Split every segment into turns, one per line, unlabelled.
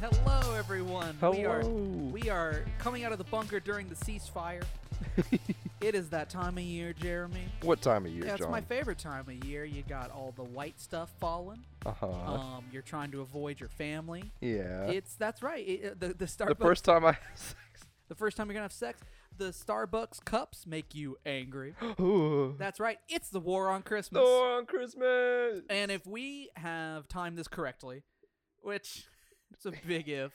Hello, everyone. We are we are coming out of the bunker during the ceasefire. it is that time of year, Jeremy.
What time of year,
That's
John?
my favorite time of year. You got all the white stuff falling.
uh-huh.
Um, you're trying to avoid your family.
yeah.
It's that's right. It, the the Starbucks.
the first time I.
the first time you're gonna have sex, the Starbucks cups make you angry.
Ooh.
that's right. It's the war on Christmas.
Door on Christmas.
And if we have timed this correctly, which it's a big if,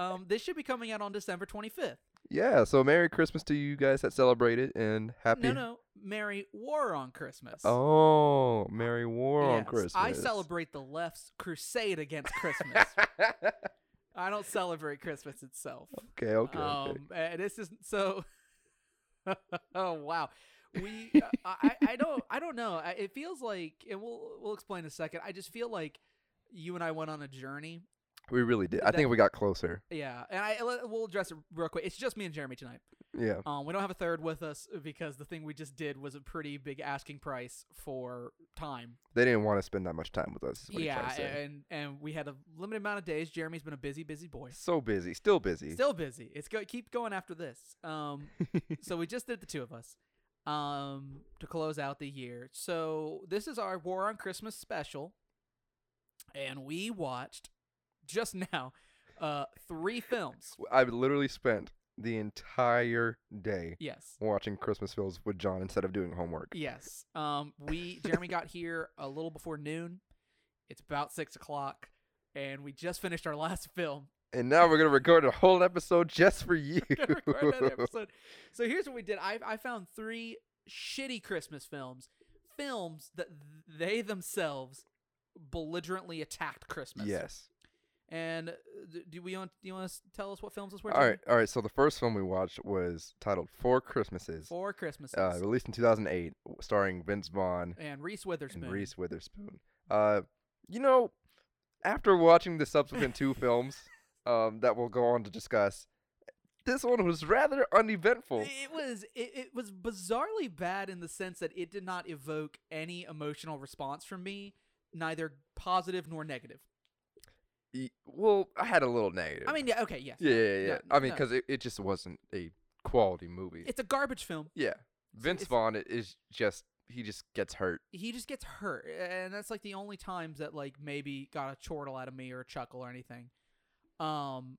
um, this should be coming out on December 25th.
yeah. So Merry Christmas to you guys that celebrate it and happy.
No, no, Merry War on Christmas.
Oh, Merry War on
Yes,
Christmas.
I celebrate the left's crusade against Christmas. I don't celebrate Christmas itself.
okay. Okay. okay.
Um, and this is so. oh wow, we. I, I I don't. I don't know. I- It feels like, and we'll we'll explain in a second. I just feel like you and I went on a journey
We really did. I
that-
think we got closer.
Yeah, and I let- we'll address it real quick. It's just me and Jeremy tonight.
Yeah.
Um, we don't have a third with us because the thing we just did was a pretty big asking price for time.
They didn't want to spend that much time with us. is what you're trying
yeah, eh,
to say.
and and we had a limited amount of days. Jeremy's been a busy, busy boy.
So busy. Still busy.
eh. Still busy. It's go keep going after this. Um, so we just did the two of us. Um, to close out the year. So this is our War on Christmas special, and we watched just now, uh, three films.
I literally spent the entire day
Yes.
watching Christmas films with John instead of doing homework.
Yes. Um, we Jeremy got here a little before noon. It's about six o'clock, and we just finished our last film.
And now we're gonna record a whole episode just for you.
We're gonna record another episode. So here's what we did. I I found three shitty Christmas films, films that they themselves belligerently attacked Christmas.
yes.
And uh, d- do we want do you want to tell us what films this were?
All right. All right. So the first film we watched was titled Four Christmases,
For Christmases
uh, released in 2008, w- starring Vince Vaughn
and Reese Witherspoon.
and Reese Witherspoon. Uh, you know, after watching the subsequent two films um, that we'll go on to discuss, this one was rather uneventful.
It was it, it was bizarrely bad in the sense that it did not evoke any emotional response from me, neither positive nor negative.
E- Well, I had a little negative.
I mean, yeah, okay, yes.
yeah, yeah, yeah.
yeah,
I mean,
no.
because it, it just wasn't a quality movie.
It's a garbage film.
yeah, Vince
it's-
Vaughn i- is just he just gets hurt.
He just gets hurt, and that's like the only times that like maybe got a chortle out of me or a chuckle or anything. Um,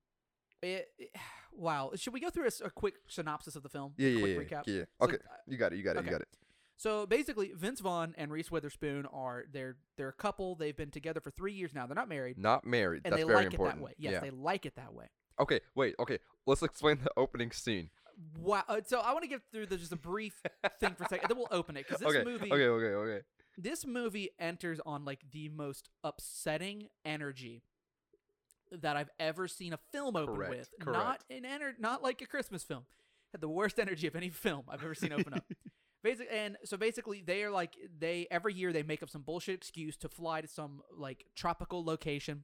it, it- wow. Should we go through a, s- a quick synopsis of the film?
Yeah,
a
yeah,
quick
yeah,
recap.
yeah.
So,
Okay,
uh,
you got it. You got it.
okay.
You got it.
So basically, Vince Vaughn and Reese Witherspoon are they're they're a couple. They've been together for three years now. They're not married,
Not married.
and
That's
they
very
like
important.
it that way. Yes,
yeah.
they like it that way.
Okay. Wait. Okay. Let's explain the opening scene.
Wow. uh, So I want to get through the, just a brief thing for a second, then we'll open it because this
okay.
movie,
Okay. Okay. Okay.
this movie enters on like the most upsetting energy that I've ever seen a film open
Correct,
with.
correct.
Not an ener- not like a Christmas film. Had the worst energy of any film I've ever seen open up. Basically, and so basically, they are like they every year they make up some bullshit excuse to fly to some like tropical location,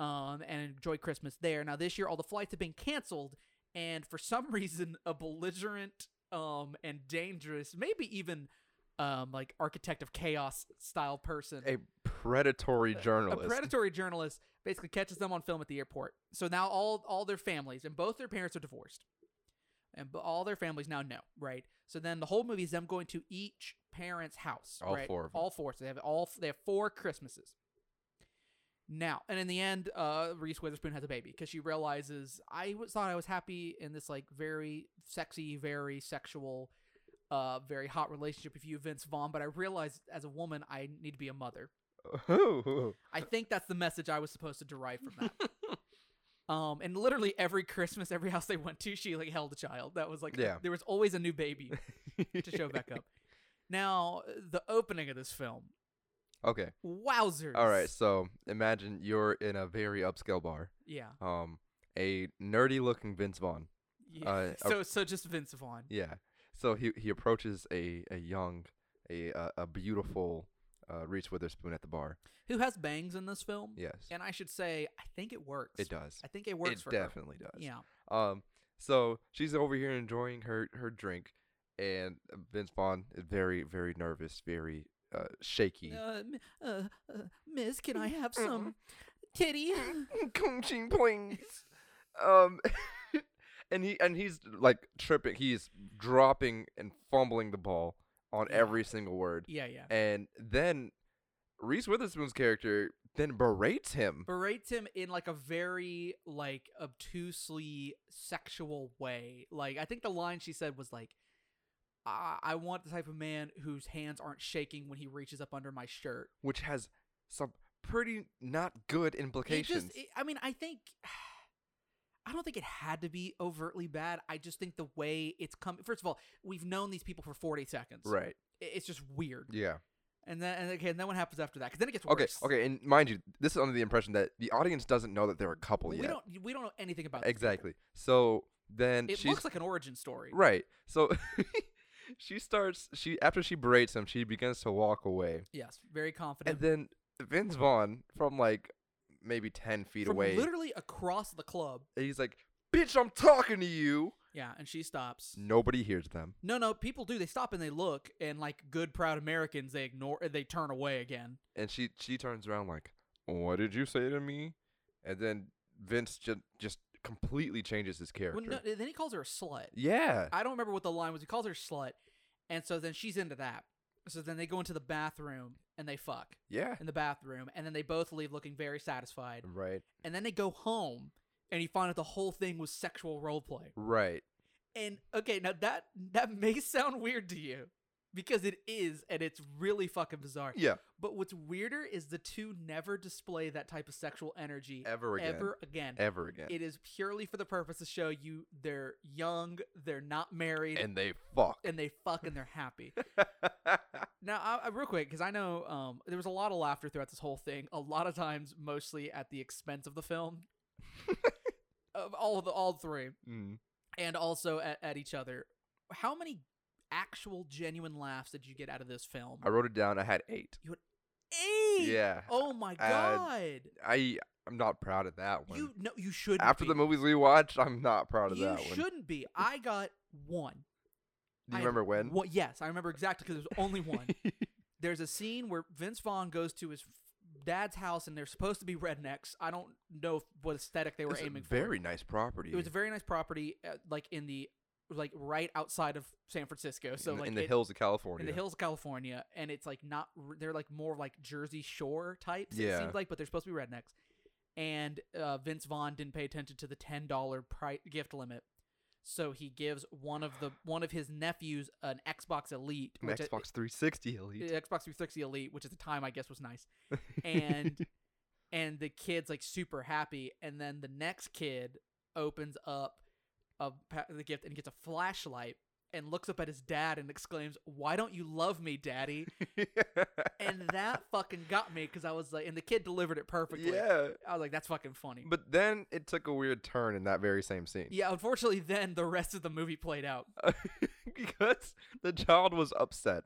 um, and enjoy Christmas there. Now this year, all the flights have been canceled, and for some reason, a belligerent, um, and dangerous, maybe even, um, like architect of chaos style person,
A predatory journalist.
a predatory journalist basically catches them on film at the airport. So now all all their families and both their parents are divorced, and b- all their families now know, right? So then the whole movie is them going to each parent's house.
All
right?
four of 'em.
All four. So they have all f- they have four Christmases. Now and in the end, uh, Reese Witherspoon has a baby because she realizes I was thought I was happy in this like very sexy, very sexual, uh, very hot relationship with you, Vince Vaughn. But I realized as a woman, I need to be a mother. I think that's the message I was supposed to derive from that. um, and literally every Christmas, every house they went to, she like held a child. That was like
Yeah.
there was always a new baby to show back up. Now the opening of this film,
okay.
wowzers!
All right. So imagine you're in a very upscale bar.
yeah,
Um, a nerdy-looking Vince Vaughn.
yeah.
uh,
so so just Vince Vaughn.
Yeah. So he he approaches a a young a a, a beautiful uh, Reese Witherspoon at the bar.
who has bangs in this film.
Yes.
and I should say I think it works.
It does.
I think it works
it
for her.
definitely does.
Yeah,
Um, so she's over here enjoying her her drink, and uh, Vince Vaughn is very very nervous, very uh, shaky.
uh, m- uh, uh, Miss, can I have some titty?
Coaching, please. Um, and he and he's like tripping. He's dropping and fumbling the ball on
Yeah.
every single word.
Yeah, yeah.
And then Reese Witherspoon's character then berates him.
Berates him in like a very like obtusely sexual way. Like I think the line she said was like, "I, I want the type of man whose hands aren't shaking when he reaches up under my shirt."
which has some pretty not good
It
implications.
just, it- I mean, I think, I don't think it had to be overtly bad. I just think the way it's come. First of all, we've known these people for forty seconds.
right.
I- It's just weird.
Yeah.
And then, and okay, and then what happens after that? Because then it gets
Okay.
worse.
Okay. And mind you, this is under the impression that the audience doesn't know that they're a couple
We
yet.
don't, we don't know anything about these people.
exactly. So then
It
she's
looks like an origin story.
right. So she starts. She after she berates him, she begins to walk away,
Yes, very confident.
and then Vince Vaughn from like maybe ten feet
From
away,
literally across the club.
he's like, "Bitch, I'm talking to you."
Yeah, and she stops.
Nobody hears them.
No, no, people do. They stop and they look, and like good, proud Americans, they ignore, they turn away again.
and she she turns around like, "What did you say to me?" And then Vince just just completely changes his character.
Well, no, then he calls her a slut.
yeah,
I don't remember what the line was. He calls her slut, and so then she's into that. So then they go into the bathroom and they fuck
yeah,
in the bathroom, and then they both leave looking very satisfied.
right,
And then they go home, and you find out the whole thing was sexual role play.
right.
And okay, now that that may sound weird to you because it is, and it's really fucking bizarre.
Yeah,
But what's weirder is the two never display that type of sexual energy
ever again,
e ever again.
ever again,
It is purely for the purpose to show you they're young, they're not married, and,
and they fuck.
they fuck and they're happy. now, I, I, real quick, because I know um, there was a lot of laughter throughout this whole thing. A lot of times, mostly at the expense of the film, of all of the all three,
Mm.
and also at, at each other. How many actual genuine laughs did you get out of this film?
I wrote it down. I had eight.
Eight.
Yeah,
Oh my
Uh,
god.
I I'm not proud of that one.
You no, you should.
After the movies we watched, I'm not proud of
you
that one.
shouldn't be. I got one.
Do
I
you
had
remember when?
What? Yes, I remember exactly because there's only one. there's a scene where Vince Vaughn goes to his f- dad's house, and they're supposed to be rednecks. I don't know if, what aesthetic they were
It's a
aiming for.
very nice property.
It was a very nice property, uh, like in the like right outside of San Francisco. So
in, the-
like
in the
it-
hills of California.
in the hills of California, and it's like not r- they're like more like Jersey Shore types. It
Yeah.
seems like, but they're supposed to be rednecks. And uh, Vince Vaughn didn't pay attention to the ten dollar pri- gift limit, so he gives one of the one of his nephews an Xbox Elite,
An
which I-
Xbox 360 Elite.
uh, Xbox 360 Elite, which at the time I guess was nice, and and the kid's like super happy, and then the next kid opens up a pa- the gift and gets a flashlight and looks up at his dad and exclaims, "Why don't you love me, daddy?" And that fucking got me because I was like, and the kid delivered it perfectly.
yeah.
I was like, "That's fucking funny."
But then it took a weird turn in that very same scene.
yeah, unfortunately, then the rest of the movie played out.
because the child was upset.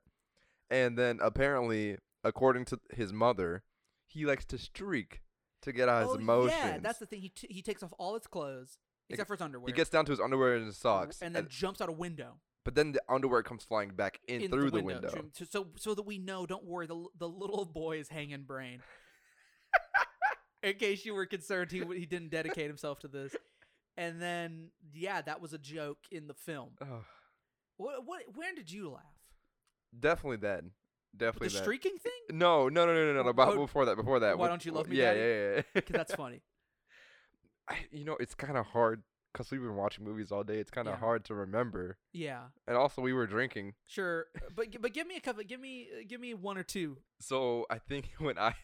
And then apparently, according to his mother, he likes to streak to get out his
oh
emotions.
yeah, that's the thing. He t- he takes off all his clothes except for his underwear.
he gets down to his underwear and his socks.
and then jumps out a window.
but then the underwear comes flying back in,
in
through
the window.
window.
to- So so that we know, don't worry, the l- the little boy is hanging brain. in case you were concerned, he w- he didn't dedicate himself to this. And then yeah, that was a joke in the film.
Ugh.
What what when did you laugh?
definitely then.
With
Definitely
the
then.
streaking thing?
No, no, no, no, no, no.
Oh,
About,
oh,
before that, before that.
Why
Wh-
don't you
wh-
love me,
yeah,
Daddy?
Yeah, yeah, yeah.
Cuz that's funny.
I, you know, it's kind of hard because we've been watching movies all day. It's kind of
Yeah.
hard to remember.
Yeah.
And also, we were drinking.
Sure. But gi- but give me a couple give me give me one or two.
So I think when I.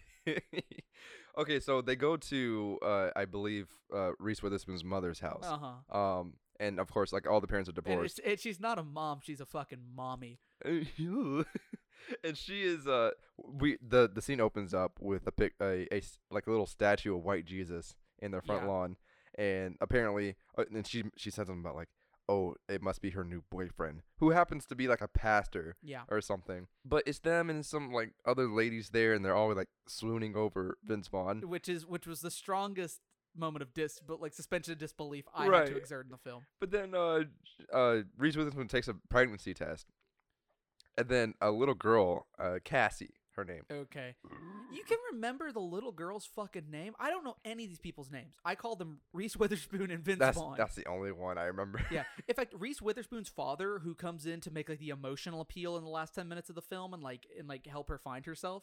okay, so they go to, uh, I believe, uh, Reese Witherspoon's mother's house.
Uh-huh.
Um, and of course, like all the parents are
And
divorced.
it's, it, she's not a mom, she's a fucking mommy.
and she is uh we the the scene opens up with a pic a, a s- like a little statue of white Jesus in their front
Yeah.
lawn and apparently uh, and she she said something about like oh it must be her new boyfriend who happens to be like a pastor
Yeah.
or something but it's them and some like other ladies there and they're all like swooning over Vince Vaughn
Which is which was the strongest moment of dis but like suspension of disbelief I had
Right.
to exert in the film.
But then uh, sh- uh, Reese Witherspoon takes a pregnancy test, and then a little girl, uh, Cassie, her name.
Okay. You can remember the little girl's fucking name? I don't know any of these people's names. I call them Reese Witherspoon and Vince
That's
Vaughn.
that's the only one I remember.
yeah. In fact, Reese Witherspoon's father, who comes in to make like the emotional appeal in the last ten minutes of the film and like and like help her find herself,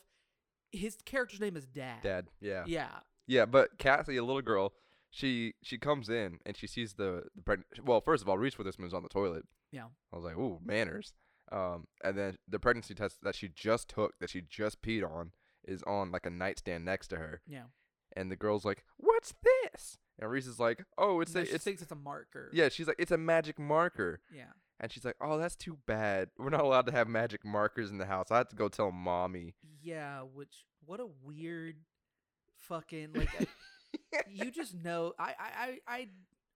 his character's name is Dad.
Dad. Yeah.
Yeah.
Yeah, but Cassie, a little girl, she she comes in and she sees the the pregnant. Well, first of all, Reese Witherspoon's on the toilet.
Yeah.
I was like, ooh, manners. Um, and then the pregnancy test that she just took, that she just peed on, is on like a nightstand next to her.
Yeah.
And the girl's like, "What's this?" And Reese is like, "Oh, it's
No,
a
she
it's
thinks it's a marker.
yeah." She's like, "It's a magic marker."
Yeah.
And she's like, "Oh, that's too bad. We're not allowed to have magic markers in the house. I have to go tell mommy."
Yeah, which what a weird fucking like I- you just know I, I I I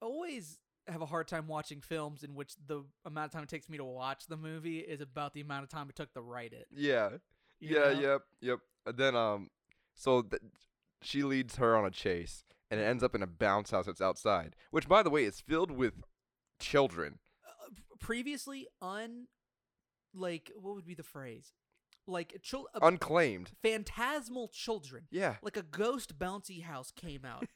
always have a hard time watching films in which the amount of time it takes me to watch the movie is about the amount of time it took to write it.
Yeah.
you
yeah,
know?
yep, yep. And then um, so th- she leads her on a chase, and it ends up in a bounce house that's outside, which by the way is filled with children.
Uh, previously un like what would be the phrase? Like chil- uh,
Unclaimed.
phantasmal children.
Yeah.
Like a ghost bouncy house came out.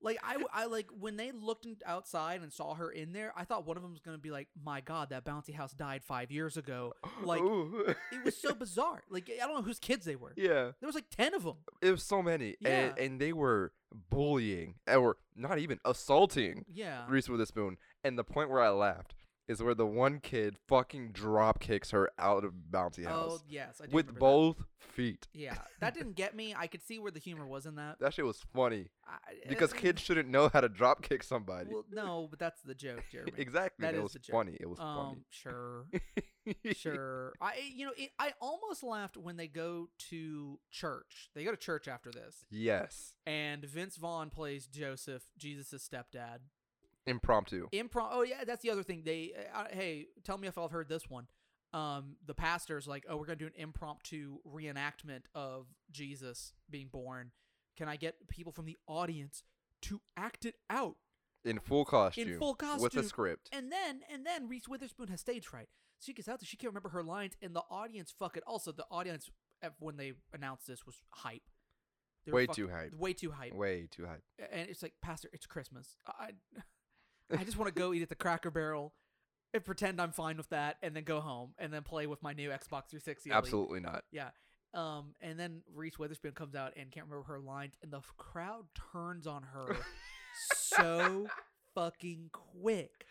like I, I like when they looked in, outside and saw her in there. I thought one of them was gonna be like, "My God, that bouncy house died five years ago." Like
Ooh.
it was so bizarre. Like I don't know whose kids they were.
yeah,
There was like ten of them.
it was so many,
Yeah.
and and they were bullying or not even assaulting
Yeah,
Reese Witherspoon. And the point where I laughed is where the one kid fucking drop kicks her out of bouncy
oh
house
yes, I do
with
remember that.
both feet.
Yeah, that didn't get me. I could see where the humor was in that.
That shit was funny
I,
because
uh,
kids shouldn't know how to drop kick somebody.
Well, no, but that's the joke, Jeremy.
Exactly.
That
and
is
it was
the joke.
funny. It was
Um, sure.
funny.
sure i you know it, i almost laughed when they go to church they go to church after this
yes.
and vince vaughn plays joseph jesus' stepdad
Impromptu.
improv oh yeah that's the other thing they uh, uh, hey tell me if i've heard this one um the pastor's like oh we're gonna do an impromptu reenactment of jesus being born can i get people from the audience to act it out
In full costume.
in full costume
With a script.
and then and then Reese Witherspoon has stage fright. She gets out there, she can't remember her lines, and the audience fuck it. Also, the audience at- when they announced this was hype. They were
Way
fuck-
too hype.
Way too hype.
Way too high.
A- And it's like, Pastor, it's Christmas. I I just want to go eat at the Cracker Barrel and pretend I'm fine with that, and then go home and then play with my new Xbox 360. Elite.
Absolutely not.
Um, and then Reese Witherspoon comes out and can't remember her lines, and the f- crowd turns on her so fucking quick.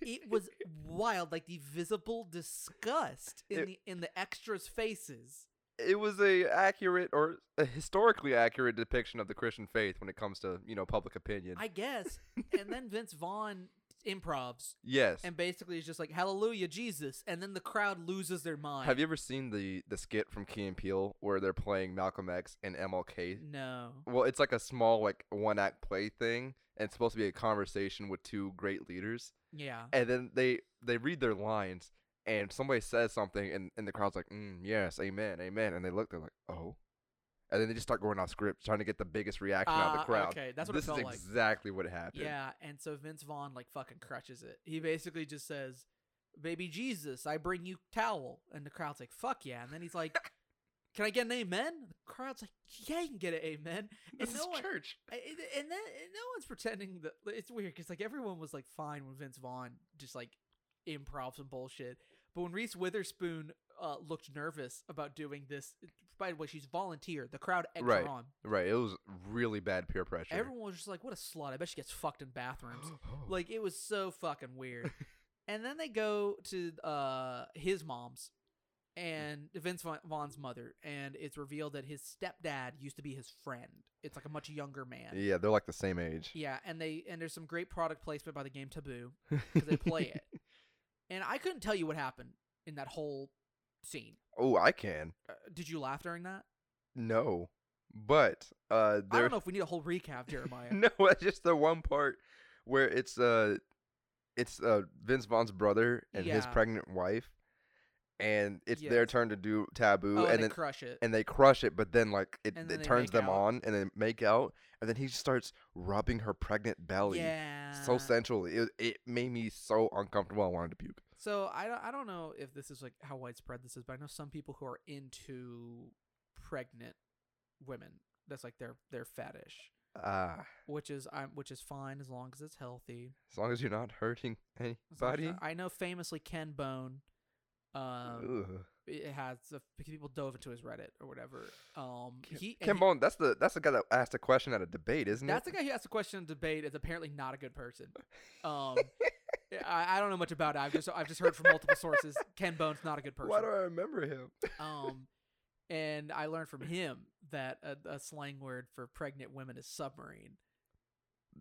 It was wild, like the visible disgust in
It-
the in the extras' faces.
It was a accurate or a historically accurate depiction of the Christian faith when it comes to, you know, public opinion.
I guess. and then Vince Vaughn improvs
yes.
and basically is just like "Hallelujah, Jesus," and then the crowd loses their mind.
Have you ever seen the the skit from Key and Peele where they're playing Malcolm X and MLK?
No.
Well, it's like a small like one act play thing and it's supposed to be a conversation with two great leaders.
Yeah.
and then they they read their lines and somebody says something and, and the crowd's like mm, yes amen amen and they look they're like oh and then they just start going off script trying to get the biggest reaction out of
Ah,
the crowd
okay, that's what it
this
felt
is
like.
exactly what happened
Yeah, and so Vince Vaughn like fucking crutches it. He basically just says, "Baby Jesus, I bring you towel," and the crowd's like, "Fuck yeah!" And then he's like, "Can I get an amen?" The crowd's like, "Yeah, you can get an amen."
this
And
is
no one,
church
I- and then and no one's pretending that it's weird because like everyone was like fine when Vince Vaughn just like improv some bullshit, but when Reese Witherspoon uh, looked nervous about doing this, by the way, she's volunteer. The crowd egged
Right.
her on.
right it was really bad peer pressure
Everyone was just like, "What a slut!" I bet she gets fucked in bathrooms. Like it was so fucking weird. and then they go to uh his mom's
Mm.
and Vince Vaughn- Vaughn's mother, and it's revealed that his stepdad used to be his friend. It's like a much younger man.
yeah they're like the same age
Yeah, and they and there's some great product placement by the game Taboo because they play it. And I couldn't tell you what happened in that whole scene.
oh i can
Uh, did you laugh during that?
no but uh
I
there
don't know if we need a whole recap, Jeremiah.
no, that's just the one part where it's uh it's uh Vince Vaughn's brother and his
Yeah.
pregnant wife and it's their
Yes.
turn to do taboo
oh, and,
and
they
then
crush it.
and they crush it but then like it,
And then
it
they
turns
make
them
out.
on and they make out and then he just starts rubbing her pregnant belly
yeah.
so sensually it, it made me so uncomfortable I wanted to puke
So I don't, I don't know if this is like how widespread this is, but I know some people who are into pregnant women. That's like their their fetish,
Ah,
which is I'm which is fine as long as it's healthy.
as long as you're not hurting
As long as-
anybody.
I know famously Ken Bone. Um,
Ugh.
it has uh, because people dove into his Reddit or whatever. Um,
Ken-
he and
Ken
he-
Bone, that's the that's the guy that asked a question at a debate, isn't
That's
it?
the guy who asked the question in debate is apparently not a good person. Um, I, I don't know much about it. I've just I've just heard from multiple sources. Ken Bone's not a good person.
Why do I remember him?
um, and I learned from him that a, a slang word for pregnant women is submarine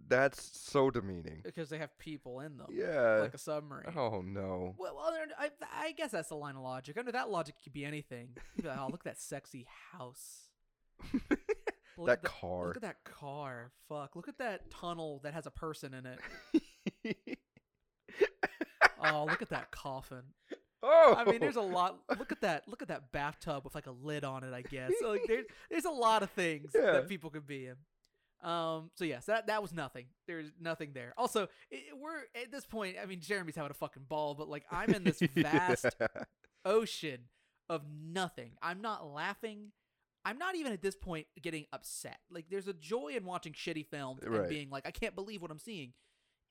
That's so demeaning.
because they have people in them,
Yeah.
like a submarine.
Oh no.
Well, well, there- I, I guess that's the line of logic. Under that logic, it could be anything. You'd be like, oh, look at that sexy house. Look
that
at the-
car.
Look at that car. Fuck. Look at that tunnel that has a person in it. Oh, look at that coffin.
oh.
I mean, there's a lot. Look at that. Look at that bathtub with like a lid on it. I guess. So, like, there's there's a lot of things
Yeah.
that people could be in. Um. So yes, that that was nothing. There's nothing there. Also, it, we're at this point. I mean, Jeremy's having a fucking ball, but like I'm in this vast
Yeah.
ocean of nothing. I'm not laughing. I'm not even at this point getting upset. Like there's a joy in watching shitty films
Right.
and being like, I can't believe what I'm seeing.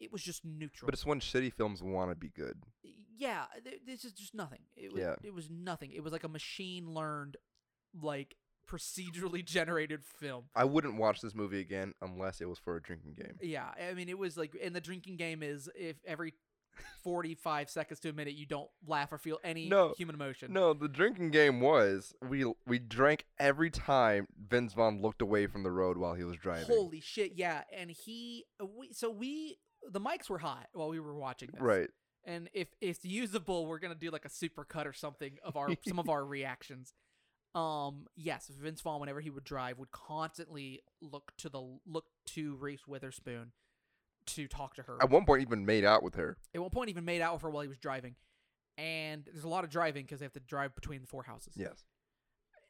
It was just neutral.
But it's when shitty films want to be good.
yeah, th- this is just nothing. It was
Yeah.
it was nothing. It was like a machine learned, like procedurally generated film.
I wouldn't watch this movie again unless it was for a drinking game.
Yeah, I mean it was like, and the drinking game is if every forty five seconds to a minute you don't laugh or feel any
No.
human emotion.
No, the drinking game was we we drank every time Vince Vaughn looked away from the road while he was driving.
Holy shit, yeah. And he uh, we so we the mics were hot while we were watching this.
right.
And if it's usable, we're gonna do like a super cut or something of our some of our reactions. Um yes, Vince Vaughn, whenever he would drive, would constantly look to the look to Reese Witherspoon to talk to her.
At one point, even made out with her.
At one point even made out with her while he was driving. And there's a lot of driving because they have to drive between the four houses.
Yes.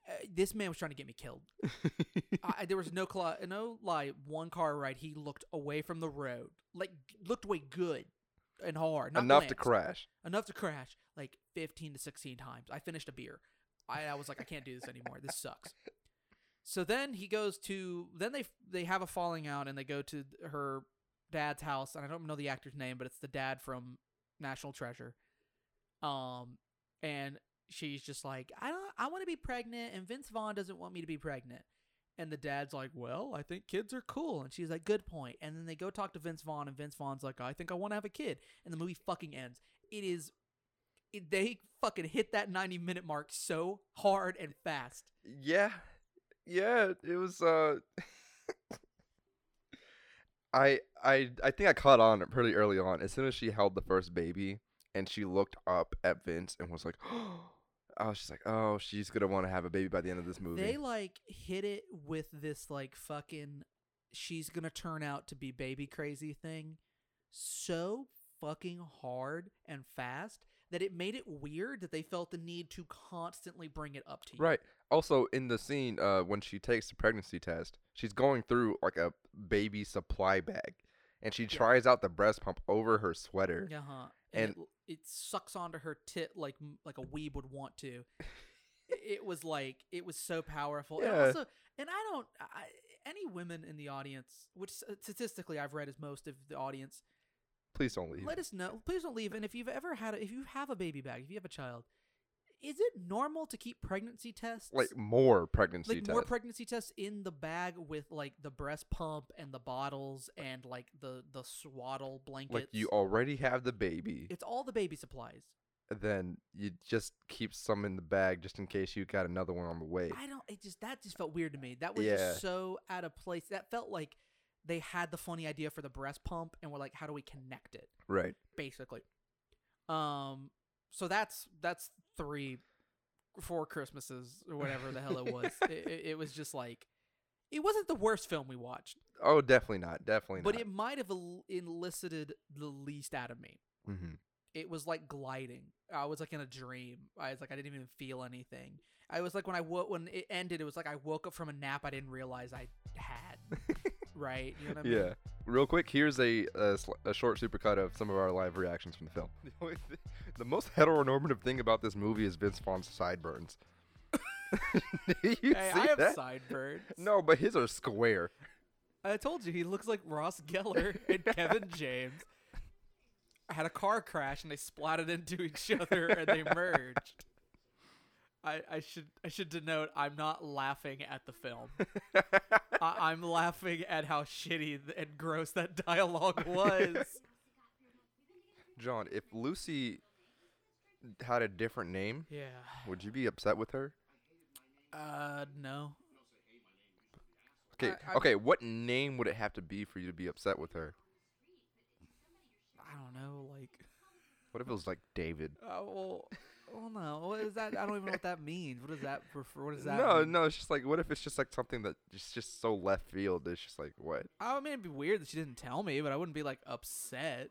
Uh, this man was trying to get me killed. I, I- there was no cla no lie. One car ride, he looked away from the road, like looked away good and hard, not
Enough to
glanced.
crash.
enough to crash like fifteen to sixteen times. I finished a beer. I, I was like, I can't do this anymore. This sucks. So then he goes to then they they have a falling out and they go to her dad's house and I don't know the actor's name, but it's the dad from National Treasure. Um, and she's just like, I don't, I want to be pregnant, and Vince Vaughn doesn't want me to be pregnant. And the dad's like, Well, I think kids are cool. And she's like, Good point. And then they go talk to Vince Vaughn, and Vince Vaughn's like, I think I want to have a kid. And the movie fucking ends. It is, it, they fucking hit that 90 minute mark so hard and fast.
Yeah. Yeah. It was. uh I I I think I caught on pretty early on. As soon as she held the first baby and she looked up at Vince and was like, "Oh," she's like, "Oh, she's gonna want to have a baby by the end of this movie."
They like hit it with this like fucking she's gonna turn out to be baby crazy thing so fucking hard and fast that it made it weird that they felt the need to constantly bring it up to you.
Right. Also, in the scene, uh, when she takes the pregnancy test, she's going through like a baby supply bag, and she
Yeah.
tries out the breast pump over her sweater.
Uh huh. And,
And-
it, it sucks onto her tit like m- like a weeb would want to. I- it was like it was so powerful. And
Yeah.
also, and I don't I, any women in the audience, which s- statistically I've read is most of the audience
Please don't leave.
Let us know. Please don't leave. And if you've ever had, a, if you have a baby bag, if you have a child, is it normal to keep pregnancy tests,
like more pregnancy
like
tests.
more pregnancy tests in the bag with like the breast pump and the bottles and like the the swaddle blankets?
like you already have the baby,
it's all the baby supplies.
then you just keep some in the bag just in case you got another one on the way.
I don't. It just that just felt weird to me. That was
Yeah.
just so out of place. That felt like they had the funny idea for the breast pump and were like, how do we connect it?
right.
basically. Um, so that's that's three, four Christmases or whatever the hell it was. it, it, it was just like, it wasn't the worst film we watched,
Oh, definitely not. Definitely
but
not.
it might have el- elicited the least out of me.
Mhm.
It was like gliding. I was like in a dream. I was like I didn't even feel anything. I was like when I wo- when it ended, it was like I woke up from a nap I didn't realize I had right? You know what I mean?
Yeah. Real quick, here's a a, sl- a short supercut of some of our live reactions from the film. The, only thi- the most heteronormative thing about this movie is Vince Vaughn's sideburns. Did you
Hey,
see
I have
that?
sideburns.
no, but his are square.
I told you he looks like Ross Geller and Kevin James. I had a car crash and they splatted into each other and they merged. I, I should I should denote I'm not laughing at the film. I, I'm laughing at how shitty th- and gross that dialogue was.
John, if Lucy had a different name,
yeah.
would you be upset with her?
Uh no.
Okay,
I- I'm-
okay. What name would it have to be for you to be upset with her?
I don't know. Like
What if it was like David?
uh, well, well no. What is that? I don't even know what that means. What does that refer? What does that?
no,
mean?
no. It's just like what if it's just like something that is just so left field? It's just like what?
I mean, it'd be weird that she didn't tell me, but I wouldn't be like upset.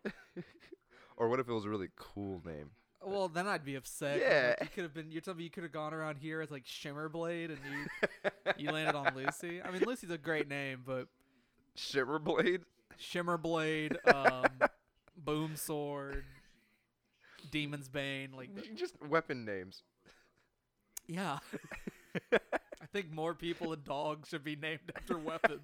Or what if it was a really cool name?
Well, then I'd be upset. 'cause, like,
Yeah.
you could have been. You're telling me you could have gone around here as like Shimmerblade, and you you landed on Lucy. I mean, Lucy's a great name, but
Shimmerblade.
Shimmerblade, um, Boom Sword, Demon's Bane, like th-
Just weapon names.
yeah. I think more people and dogs should be named after weapons.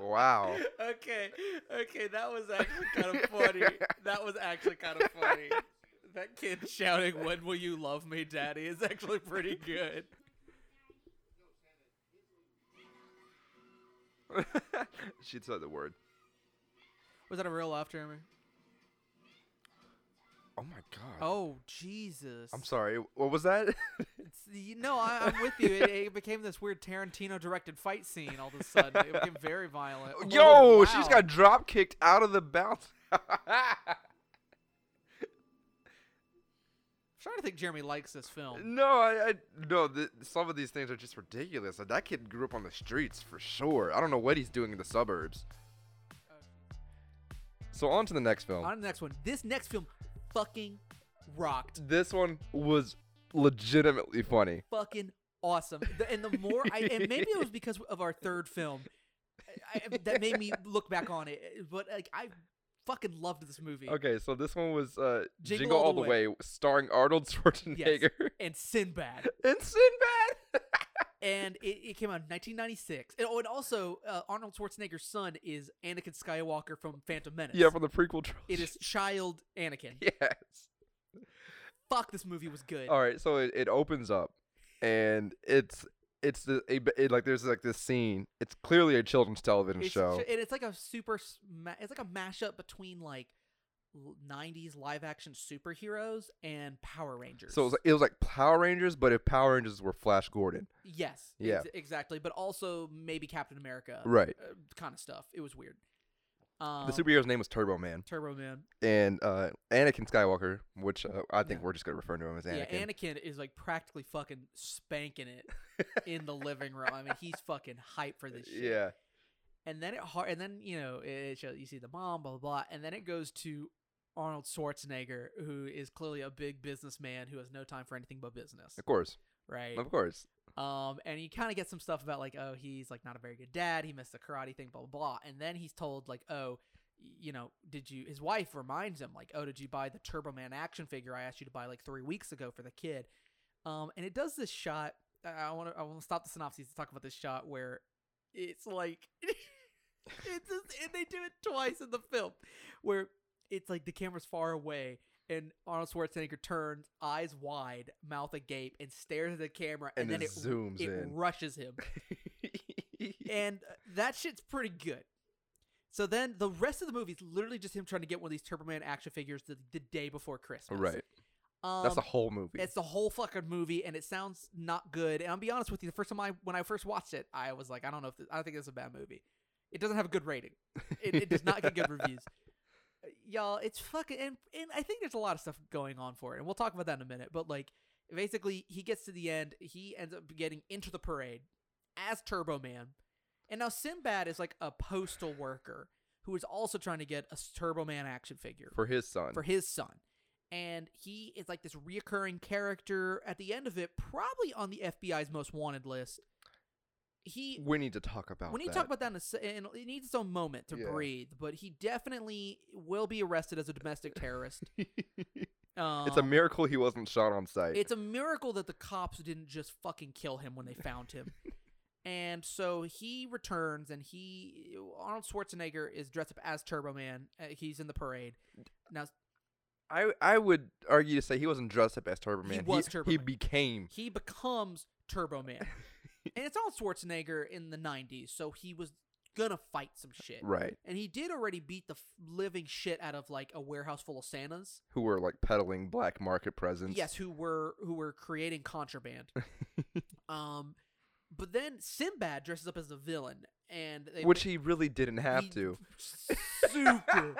Wow.
okay, okay, that was actually kind of funny. That was actually kind of funny. That kid shouting, "When will you love me, Daddy?" is actually pretty good.
she said the word.
Was that a real laugh, Jeremy?
Uh, Oh my god.
Oh Jesus!
I'm sorry. What was that?
It's, you know, I, I'm with you. It, it became this weird Tarantino-directed fight scene all of a sudden. It became very violent. Oh,
Yo,
wow.
she's got drop kicked out of the bounce.
I'm trying to think. Jeremy likes this film.
no, I, I no. Th- some of these things are just ridiculous. That kid grew up on the streets for sure. I don't know what he's doing in the suburbs. So on to the next film.
On to the next one. This next film, fucking rocked.
this one was legitimately funny.
Fucking awesome. The- and the more I, and maybe it was because of our third film I, I- that made me look back on it. But like, I fucking loved this movie.
Okay, so this one was uh, Jingle, All, the way. starring Arnold Schwarzenegger
And Sinbad.
and Sinbad.
and it, it came out in 1996. And, oh, and also uh, Arnold Schwarzenegger's son is Anakin Skywalker from Phantom Menace.
yeah, from the prequel trilogy.
it is child Anakin.
Yes.
Fuck, this movie was good.
All right, so it, it opens up, and it's it's the a, it, like there's like this scene. It's clearly a children's television
it's,
show.
ju- and it's like a super, sma- it's like a mashup between like l- 90s live action superheroes and Power Rangers.
so it was, like- it was like Power Rangers, but if Power Rangers were Flash Gordon,
yes,
Yeah.
ex- exactly. But also maybe Captain America,
right?
Uh, kind of stuff. It was weird. Um,
the superhero's name was Turbo Man,
Turbo Man.
and uh, Anakin Skywalker, which uh, I think
Yeah.
we're just gonna refer to him as Anakin.
Yeah, Anakin is like practically fucking spanking it in the living room. I mean, he's fucking hype for this shit.
yeah,
And then it hard, and then you know, it, it shows, you see the mom, blah, blah blah, and then it goes to Arnold Schwarzenegger, who is clearly a big businessman who has no time for anything but business,
of course,
right?
of course.
Um, and you kind of get some stuff about like, oh, he's like not a very good dad. He missed the karate thing, blah blah blah. And then he's told like, oh, y- you know, did you? His wife reminds him like, oh, did you buy the Turbo Man action figure I asked you to buy like three weeks ago for the kid? Um, and it does this shot. I- I want to. I want to stop the synopses to talk about this shot where it's like, it's just, and they do it twice in the film where it's like the camera's far away. And Arnold Schwarzenegger turns, eyes wide, mouth agape, and stares at the camera, and,
And
then it
it zooms
it
in.
rushes him, and uh, that shit's pretty good. So then the rest of the movie is literally just him trying to get one of these Turbo Man action figures the, the day before Christmas.
right.
Um,
That's the whole movie.
it's the whole fucking movie, and it sounds not good. And I'll be honest with you, the first time I when I first watched it, I was like, I don't know if this, I don't think this is a bad movie. It doesn't have a good rating. It, it does not get good reviews. Uh, Y'all, it's fucking and, and I think there's a lot of stuff going on for it, and we'll talk about that in a minute. But like, basically, he gets to the end. He ends up getting into the parade as Turbo Man, And now Sinbad is like a postal worker who is also trying to get a Turbo Man action figure
for his son.
for his son. And he is like this reoccurring character at the end of it, probably on the FBI's most wanted list. He
we need to talk about.
we need
that.
to talk about that in a se- and it needs its own moment to
Yeah.
breathe, but he definitely will be arrested as a domestic terrorist. Um,
it's a miracle he wasn't shot on sight.
it's a miracle that the cops didn't just fucking kill him when they found him. and so he returns, and he Arnold Schwarzenegger is dressed up as Turbo Man. Uh, he's in the parade. Now
I I would argue to say he wasn't dressed up as Turbo
He
Man.
was
he,
Turbo Man.
became.
he becomes Turbo Man, and it's Arnold Schwarzenegger in the '90s, so he was gonna fight some shit.
Right,
And he did already beat the f- living shit out of like a warehouse full of Santas.
who were like peddling black market presents.
Yes, who were who were creating contraband. um, but then Sinbad dresses up as a villain, and they
which he really didn't have
he
to.
Super,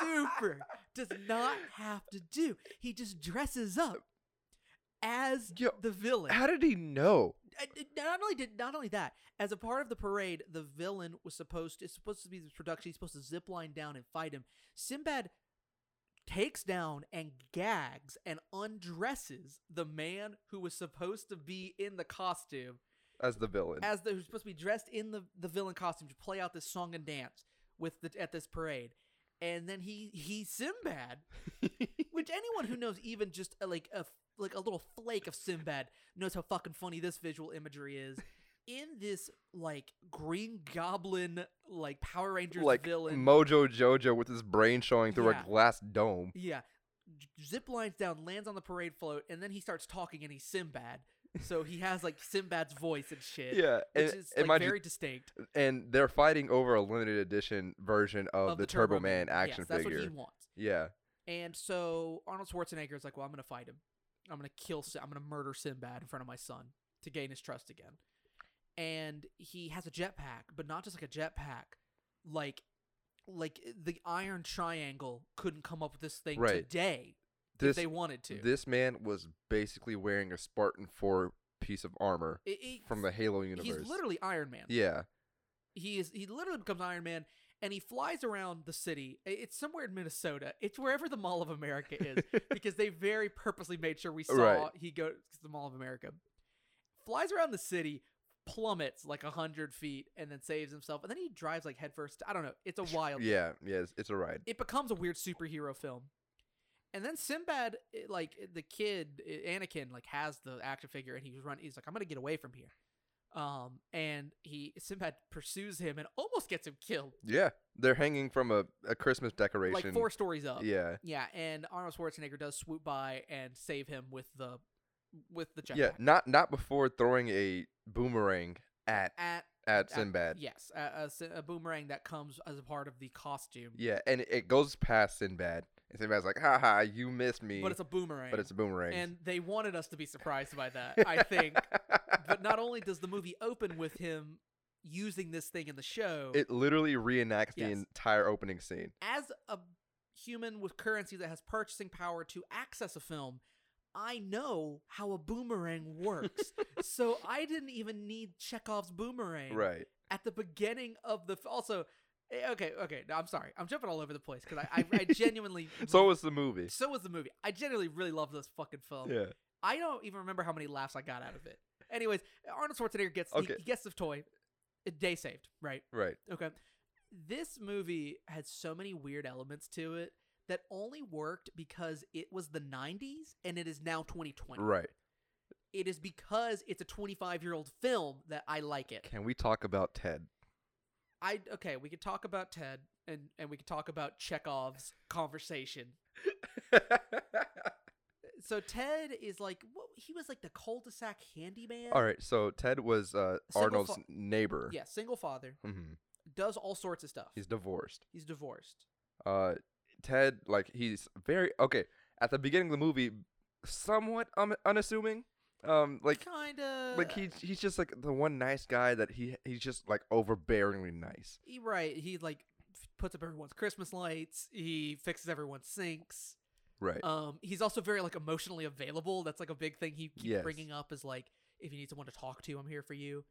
super does not have to do. He just dresses up as
Yo,
the villain.
How did he know?
And- and not only did not only that, as a part of the parade, the villain was supposed to, it's supposed to be this production. He's supposed to zip line down and fight him. Sinbad takes down and gags and undresses the man who was supposed to be in the costume
As the villain.
as the who's supposed to be dressed in the the villain costume to play out this song and dance with the at this parade. And then he he Sinbad, which anyone who knows even just uh, like a f- like a little flake of Sinbad knows how fucking funny this visual imagery is. In this like Green Goblin like Power Rangers
like
villain,
Mojo Jojo with his brain showing through
Yeah.
a glass dome.
yeah, j- zip lines down, lands on the parade float, and then he starts talking and he's Sinbad. So he has like Sinbad's voice and shit.
Yeah,
which
and,
is
and
like
mind you-
very distinct
and they're fighting over a limited edition version of, the, Turbo, Man, action
yes, that's
figure.
what he wants.
yeah,
And so Arnold Schwarzenegger is like, "Well, I'm going to fight him. I'm going to kill. Sin- I'm going to murder Sinbad in front of my son to gain his trust again." And he has a jetpack, but not just like a jetpack, like like the Iron Triangle couldn't come up with this thing
Right.
today if
this
they wanted to.
this man was basically wearing a Spartan four piece of armor
It- it-
from the Halo universe.
he's literally Iron Man.
yeah,
He is he literally becomes Iron Man. And he flies around the city. I- It's somewhere in Minnesota. It's wherever the Mall of America is. because they very purposely made sure we saw
Right.
he goes to the Mall of America. Flies around the city, plummets like a hundred feet, and then saves himself. And then he drives like headfirst. I don't know. It's a wild.
yeah, yeah. It's, it's a ride.
It becomes a weird superhero film. And then Sinbad, eh, like the kid eh, Anakin, like has the action figure, and he's run. He's like, I'm gonna get away from here. Um, and he Sinbad pursues him and almost gets him killed,
Yeah, they're hanging from a, a Christmas decoration.
like four stories up.
Yeah,
Yeah, and Arnold Schwarzenegger does swoop by and save him with the with the jetpack.
yeah. Not not before throwing a boomerang at
at
at
at-
Sinbad.
yes, a, a si- a boomerang that comes as a part of the costume.
Yeah, and it goes past Sinbad, and Sinbad's like, "Ha ha, you missed me."
But it's a boomerang.
but it's a boomerang.
and they wanted us to be surprised by that, I think. but not only does the movie open with him using this thing in the show
It literally reenacts the
Yes.
entire opening scene.
as a human with currency that has purchasing power to access a film, I know how a boomerang works. so I didn't even need Chekhov's boomerang.
Right.
at the beginning of the f- also eh, okay okay no, i'm sorry i'm jumping all over the place because I, I i genuinely
So was the movie.
so was the movie i genuinely really love this fucking film
Yeah.
i don't even remember how many laughs i got out of it anyways arnold schwarzenegger gets he,
Okay.
he gets the toy Eh, day saved right
Right.
okay this movie had so many weird elements to it that only worked because it was the 90s and it is now 2020
Right.
it is because it's a 25 year old film that i like it
Can we talk about Ted?
I okay, we could talk about Ted and and we could talk about Chekhov's conversation. So Ted is like what, he was like the cul-de-sac handyman.
All right. So Ted was uh,
Single
Arnold's
fa-
neighbor.
Yeah, single father,
hmm
does all sorts of stuff.
He's divorced.
He's divorced.
Uh, Ted, like, he's very okay. At the beginning of the movie, somewhat um, unassuming. Um, like,
kind of
like he's he's just like the one nice guy that he he's just like overbearingly nice.
he, right, he like f- puts up everyone's Christmas lights, he fixes everyone's sinks.
Right.
Um he's also very like emotionally available. That's like a big thing he keeps
Yes.
bringing up is like if you need someone to talk to, I'm here for you.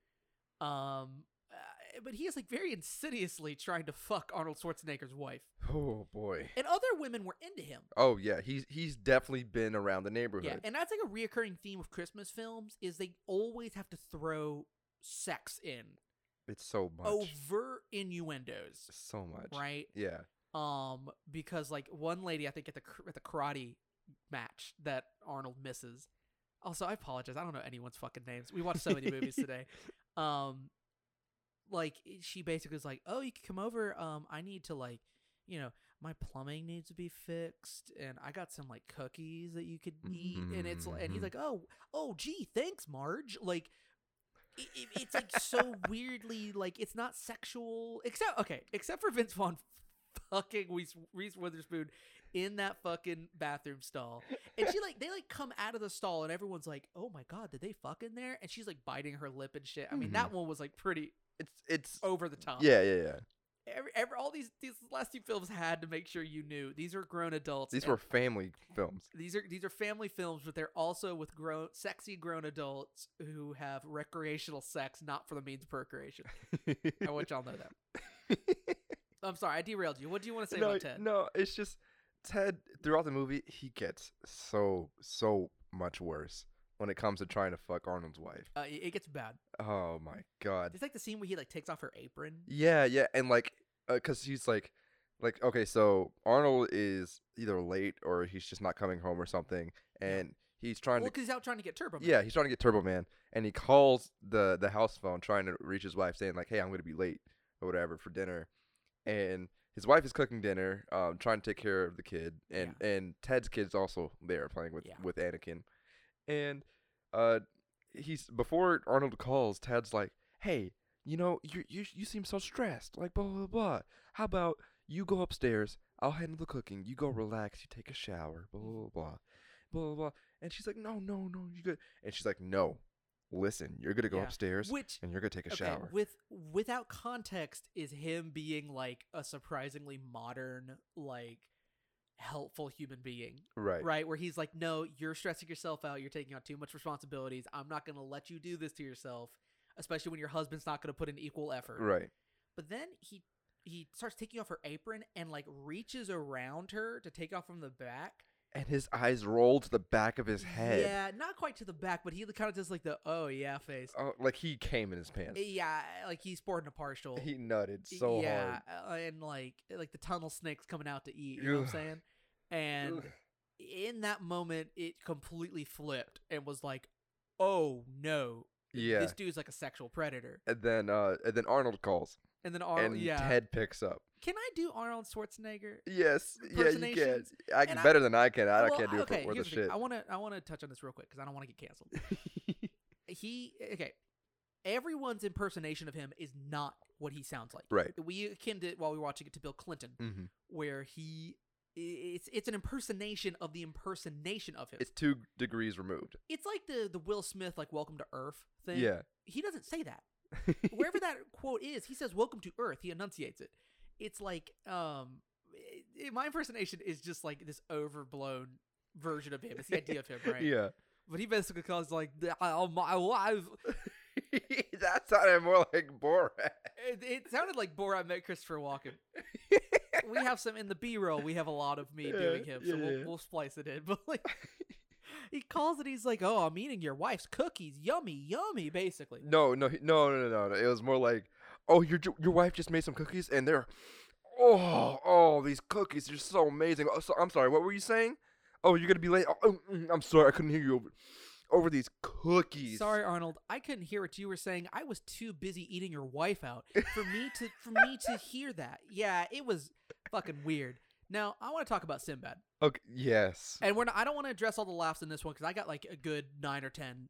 Um uh, but he is like very insidiously trying to fuck Arnold Schwarzenegger's wife.
Oh boy.
And other women were into him.
Oh yeah, he's he's definitely been around the
Yeah,
neighborhood.
and that's like a reoccurring theme of Christmas films is they always have to throw sex in
It's so much.
overt innuendos,
so much.
right?
Yeah.
Um, because like one lady, I think at the kar- at the karate match that Arnold misses. Also, I apologize. I don't know anyone's fucking names. We watched so many movies today. Um, like i- she basically was like, "Oh, you can come over. Um, I need to like, you know, my plumbing needs to be fixed, and I got some like cookies that you could eat." And it's l- and he's
Mhm.
like, "Oh, oh, gee, thanks, Marge." Like. i i- it's like so weirdly like it's not sexual except okay except for Vince Vaughn fucking Reese, Reese Witherspoon in that fucking bathroom stall. And she like they like come out of the stall and everyone's like, "Oh my god, did they fuck in there?" And she's like biting her lip and shit. I mean,
Mhm.
that one was like pretty
It's it's
over the top.
Yeah, yeah, yeah.
Every, every all these these last two films had to make sure you knew these are grown adults.
These
and
were family films.
these are these are family films, but they're also with grown sexy grown adults who have recreational sex, not for the means of procreation. I want y'all to know that. I'm sorry, I derailed you. What do you want to say
no,
about Ted?
no, it's just Ted throughout the movie he gets so so much worse when it comes to trying to fuck Arnold's wife.
Uh, it it gets bad.
Oh my god.
It's like the scene where he like takes off her apron.
Yeah, yeah, and like, uh 'cause he's like, like okay, so Arnold is either late or he's just not coming home or something, and he's trying
Well,
to,
because he's out trying to get Turbo. Man.
yeah, he's trying to get Turbo Man, and he calls the the house phone trying to reach his wife, saying like, hey, I'm gonna be late or whatever for dinner, and his wife is cooking dinner, um, trying to take care of the kid, and and Ted's kid's also there playing with
Yeah.
with Anakin, and uh, he's before Arnold calls, Tad's like, "Hey, you know, you you you seem so stressed. Like blah blah blah. How about you go upstairs? I'll handle the cooking. You go relax. You take a shower. Blah blah blah, blah blah." blah. And she's like, "No, no, no, you good." And she's like, "No, listen, you're gonna go
Yeah.
upstairs
Which
and you're gonna take a
okay,
shower."
with without context is him being like a surprisingly modern, like helpful human being.
right.
Right? Where he's like, No, you're stressing yourself out, you're taking on too much responsibilities. I'm not gonna let you do this to yourself, especially when your husband's not gonna put in equal effort.
Right.
But then he he starts taking off her apron and like reaches around her to take off from the back.
And his eyes roll to the back of his head.
Yeah, not quite to the back, but he kind of does like the oh yeah face.
Oh, like he came in his pants.
Yeah, like he's sporting a partial.
Oh, He nutted so
yeah,
hard.
uh, and like like the tunnel snakes coming out to eat. You know what I'm
Ugh.
saying? And
Ugh.
in that moment, it completely flipped and was like, "Oh no,
yeah.
this dude's like a sexual predator."
and then uh and then Arnold calls
And then Arnold,
and
yeah,
Ted picks up.
can I do Arnold Schwarzenegger?
Yes, yeah, you can.
Impersonations.
I can
And I-
better than I can. I
Well,
can't do it
okay,
for worth
here's
of
the thing.
shit.
I want to I want to touch on this real quick because I don't want to get canceled. he okay, everyone's impersonation of him is not what he sounds like.
right.
We akin it while we were watching it to Bill Clinton.
Mm-hmm.
where he i- it's it's an impersonation of the impersonation of him.
It's two degrees removed.
It's like the the Will Smith like Welcome to Earth thing.
Yeah.
he doesn't say that. Wherever that quote is, he says Welcome to Earth. He enunciates it. It's like um, i i- my impersonation is just like this overblown version of him. It's the idea of him, right?
Yeah.
But he basically calls like the- oh my wife.
that sounded more like Borat.
It, it sounded like Borat met Christopher Walken. we have some in the B roll. We have a lot of me
Yeah,
doing him, so
yeah,
we'll,
yeah.
we'll splice it in. But like, he calls it. He's like, "Oh, I'm eating your wife's cookies. Yummy, yummy." Basically,
No, no, he- no, no, no, no. It was more like, oh, your ju- your wife just made some cookies and they're, oh, oh, these cookies are so amazing. Oh, so, I'm sorry, what were you saying? Oh, you're gonna be late. Oh, mm, mm, I'm sorry, I couldn't hear you over, over these cookies.
sorry, Arnold. I couldn't hear what you were saying. I was too busy eating your wife out for me to for me to hear that. Yeah, it was fucking weird. Now I want to talk about Sinbad,
Okay. Yes.
and we're not, I don't want to address all the laughs in this one because I got like a good nine or ten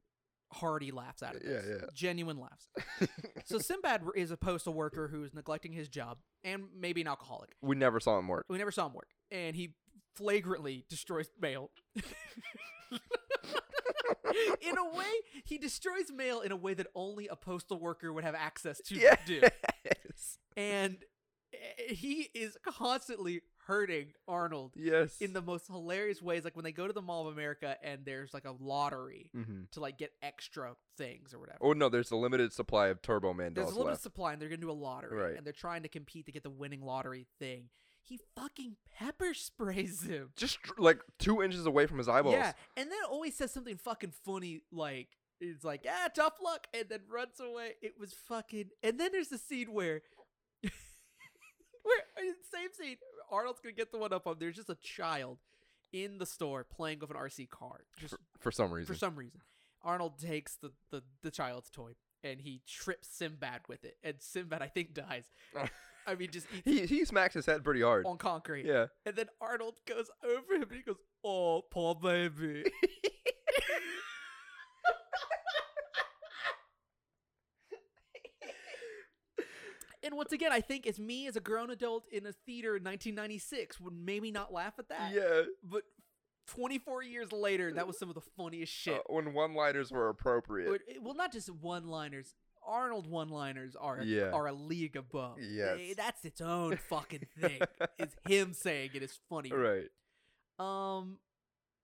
hearty laughs out of
Yeah,
this.
yeah.
genuine laughs. So Sinbad is a postal worker who is neglecting his job and maybe an alcoholic.
we never saw him work.
We never saw him work, and he flagrantly destroys mail. in a way, he destroys mail in a way that only a postal worker would have access to do.
Yes.
And eh, he is constantly hurting Arnold
Yes.
in the most hilarious ways. Like when they go to the Mall of America and there's like a lottery
hmm
to like get extra things or whatever.
Oh no, there's a limited supply of Turbo Man
There's a
dolls
limited
left.
supply, and they're gonna do a lottery,
Right.
and they're trying to compete to get the winning lottery thing. He fucking pepper sprays him.
Just like two inches away from his eyeballs.
Yeah, and then always says something fucking funny, like it's like ah tough luck, and then runs away. It was fucking. And then there's the scene where, where in the same scene, Arnold's gonna get the one up on. There's just a child in the store playing with an RC car, just
For, for some reason.
for some reason. Arnold takes the, the, the child's toy and he trips Sinbad with it, and Sinbad I think dies. I mean, just eats
he he smacks his head pretty hard.
on concrete.
Yeah.
And then Arnold goes over him and he goes, Oh, poor baby. and once again, I think as me as a grown adult in a theater in 1996 would maybe not laugh at that.
Yeah.
But 24 years later, that was some of the funniest shit.
Uh, when one-liners were appropriate.
But it- well, not just one-liners. Arnold one-liners are
Yeah.
are a league above.
Yes.
They- that's its own fucking thing. It's him saying it is funny.
right.
Um,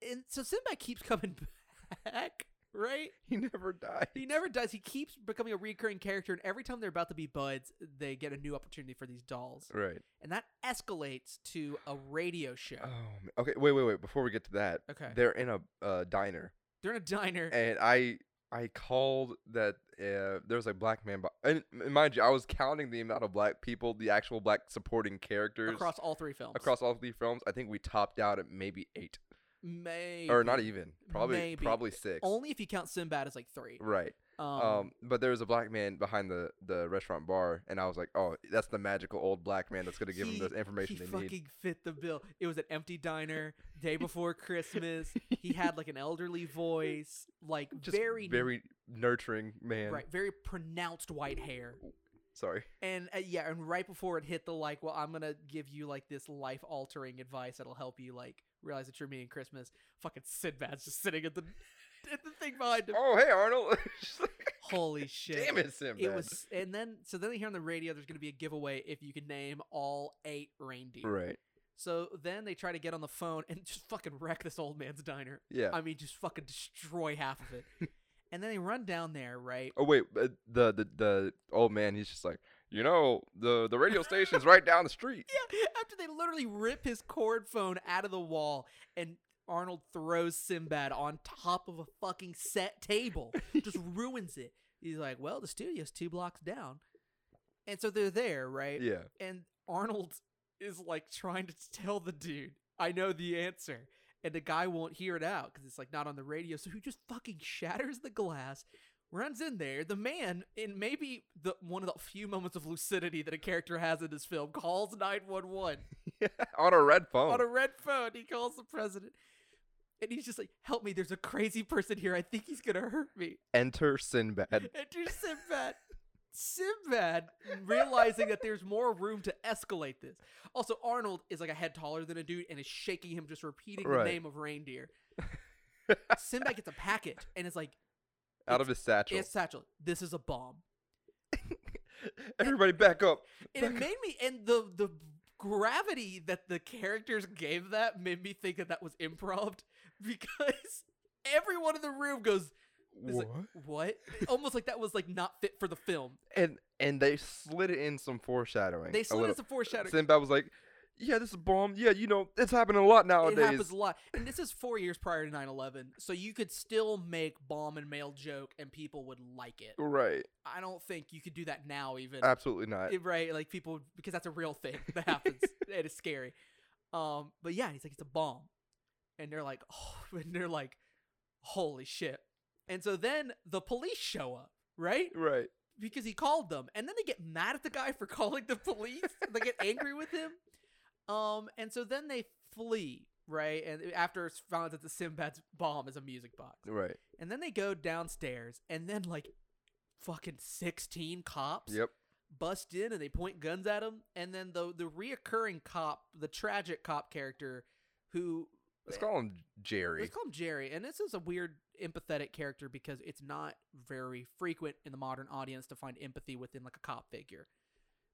and so Sinbad keeps coming back, right?
He never died.
He never does. He keeps becoming a recurring character, and every time they're about to be buds, they get a new opportunity for these dolls,
Right.
and that escalates to a radio show.
Oh. man. Okay. Wait. Wait. Wait. Before we get to that,
okay,
they're in a uh, diner,
they're in a diner.
and I I called that uh, there was a black man. Bo- and and mind you, I was counting the amount of black people, the actual black supporting characters
Across all three films,
across all three films. I think we topped out at maybe eight,
May
or not even probably
Maybe.
probably six.
only if you count Sinbad as like three.
Right. Um, but there was a black man behind the, the restaurant bar, and I was like, "Oh, that's the magical old black man that's gonna give
He-
him the information
he
they
fucking
need."
fit the bill. It was an empty diner, day before Christmas. He had like an elderly voice, like
Just
very
very nurturing man.
right, very pronounced white hair,
Sorry.
and uh, yeah, and right before it hit the like, well, I'm gonna give you like this life altering advice that'll help you like realize that you're meeting Christmas. Fucking Sinbad's just sitting at the at the thing behind him.
Oh, hey Arnold. She's like,
Holy shit!
Damn it, Sim.
It was, and then so then here on the radio, there's gonna be a giveaway if you can name all eight reindeer.
right.
So then they try to get on the phone and just fucking wreck this old man's diner.
Yeah.
I mean, just fucking destroy half of it. and then they run down there, right?
oh wait, but the the the old man. He's just like, you know, the the radio station's right down the street.
Yeah, after they literally rip his cord phone out of the wall and Arnold throws Sinbad on top of a fucking set table, just ruins it. He's like, well, the studio's two blocks down. And so they're there, right?
Yeah.
and Arnold is like trying to tell the dude, "I know the answer," and the guy won't hear it out because it's like not on the radio. So he just fucking shatters the glass, runs in there. The man, in maybe the one of the few moments of lucidity that a character has in this film, calls nine one one
On a red phone.
on a red phone. He calls the president. And he's just like, help me, there's a crazy person here. I think he's gonna hurt me.
Enter Sinbad.
Enter Sinbad. Sinbad realizing that there's more room to escalate this. Also, Arnold is like a head taller than a dude and is shaking him, just repeating the
Right.
name of reindeer. Sinbad gets a packet and is like,
Out of his satchel.
it's satchel. This is a bomb.
Everybody back up.
And it
Back
made me, and the, the gravity that the characters gave that made me think that that was improv because everyone in the room goes, It's like-
What?
What? Almost like that was like not fit for the film.
and and they slid in some foreshadowing.
They
a
slid
little.
as a foreshadowing.
Sinbad was like, "Yeah, this is a bomb. Yeah, you know, it's happening a lot nowadays."
It happens a lot. And this is four years prior to 9 11, so you could still make bomb and mail joke and people would like it.
Right?
I don't think you could do that now, even.
Absolutely not.
Eh, right? Like people, because that's a real thing that happens. and it's scary. Um, But yeah, he's like, it's a bomb. And they're like, oh, and they're like, holy shit. And so then the police show up, right?
right?
because he called them and then they get mad at the guy for calling the police they get angry with him um and so then they flee right and after it's found that the sinbad's bomb is a music box
Right.
and then they go downstairs and then like fucking 16 cops
Yep.
bust in and they point guns at him and then the the reoccurring cop the tragic cop character who
Let's call him Jerry.
Let's call him Jerry. And this is a weird empathetic character because it's not very frequent in the modern audience to find empathy within like a cop figure.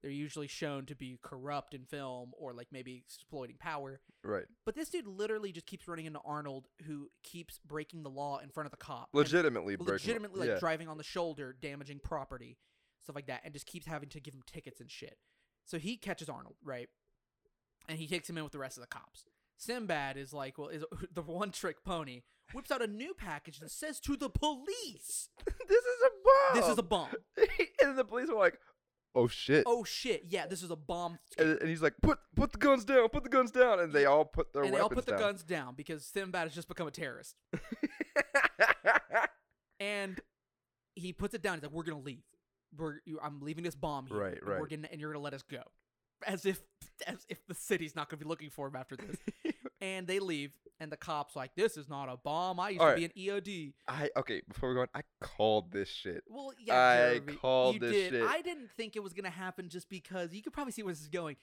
They're usually shown to be corrupt in film or like maybe exploiting power.
Right.
But this dude literally just keeps running into Arnold, who keeps breaking the law in front of the cop. and
Legitimately breaking.
legitimately like
yeah.
driving on the shoulder, damaging property, stuff like that, and just keeps having to give him tickets and shit. So he catches Arnold, right? And he takes him in with the rest of the cops. Sinbad is like, well, is the one trick pony whips out a new package and says to the police,
this is a bomb.
"This is a bomb."
and the police are like, "Oh shit!"
Oh shit! Yeah, this is a bomb.
And, and he's like, "Put put the guns down. Put the guns down." And they all put their
and they
weapons
all put the
down.
guns down because Sinbad has just become a terrorist. and he puts it down. He's like, "We're gonna leave. We're you, I'm leaving this bomb here.
Right,
and We're
right.
gonna and you're gonna let us go, as if as if the city's not gonna be looking for him after this." and they leave, and the cops like, "This is not a bomb. I used to
Alright.
be an E EOD."
I okay. Before we go on, I called this shit.
Well, yeah,
I
Jeremy,
called
you
this
did.
shit.
I didn't think it was gonna happen just because you could probably see where this is going,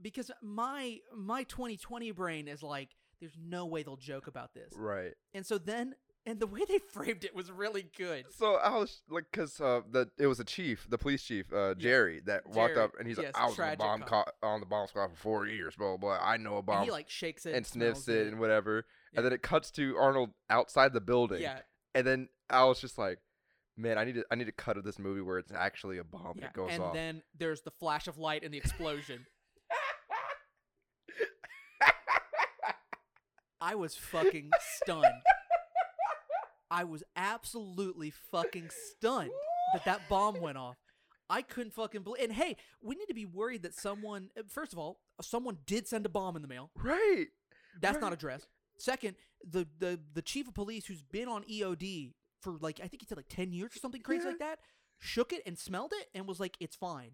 because my my 2020 brain is like, "There's no way they'll joke about this,"
Right.
and so then. And the way they framed it was really good.
So I was like, cause uh, the it was a chief, the police chief, uh, Jerry, that walked
Jerry,
up and he's
yes,
like, "I was on the
tragic
bomb
cop.
co- on the bomb squad for four years, blah blah. blah. I know a bomb."
And he like shakes it
and sniffs
smells
it and whatever.
Yeah.
And then it cuts to Arnold outside the building.
Yeah,
And then I was just like, man, I need to I need a cut of this movie where it's actually a bomb
yeah.
that goes
and
off.
then there's the flash of light and the explosion. I was fucking stunned. I was absolutely fucking stunned that that bomb went off. I couldn't fucking believe. And hey, we need to be worried that someone. uh, First of all, someone did send a bomb in the mail.
right.
That's not
Right.
addressed. Second, the the the chief of police who's been on EOD for like I think he said like ten years or something crazy
Yeah.
like that, shook it and smelled it and was like, "It's fine.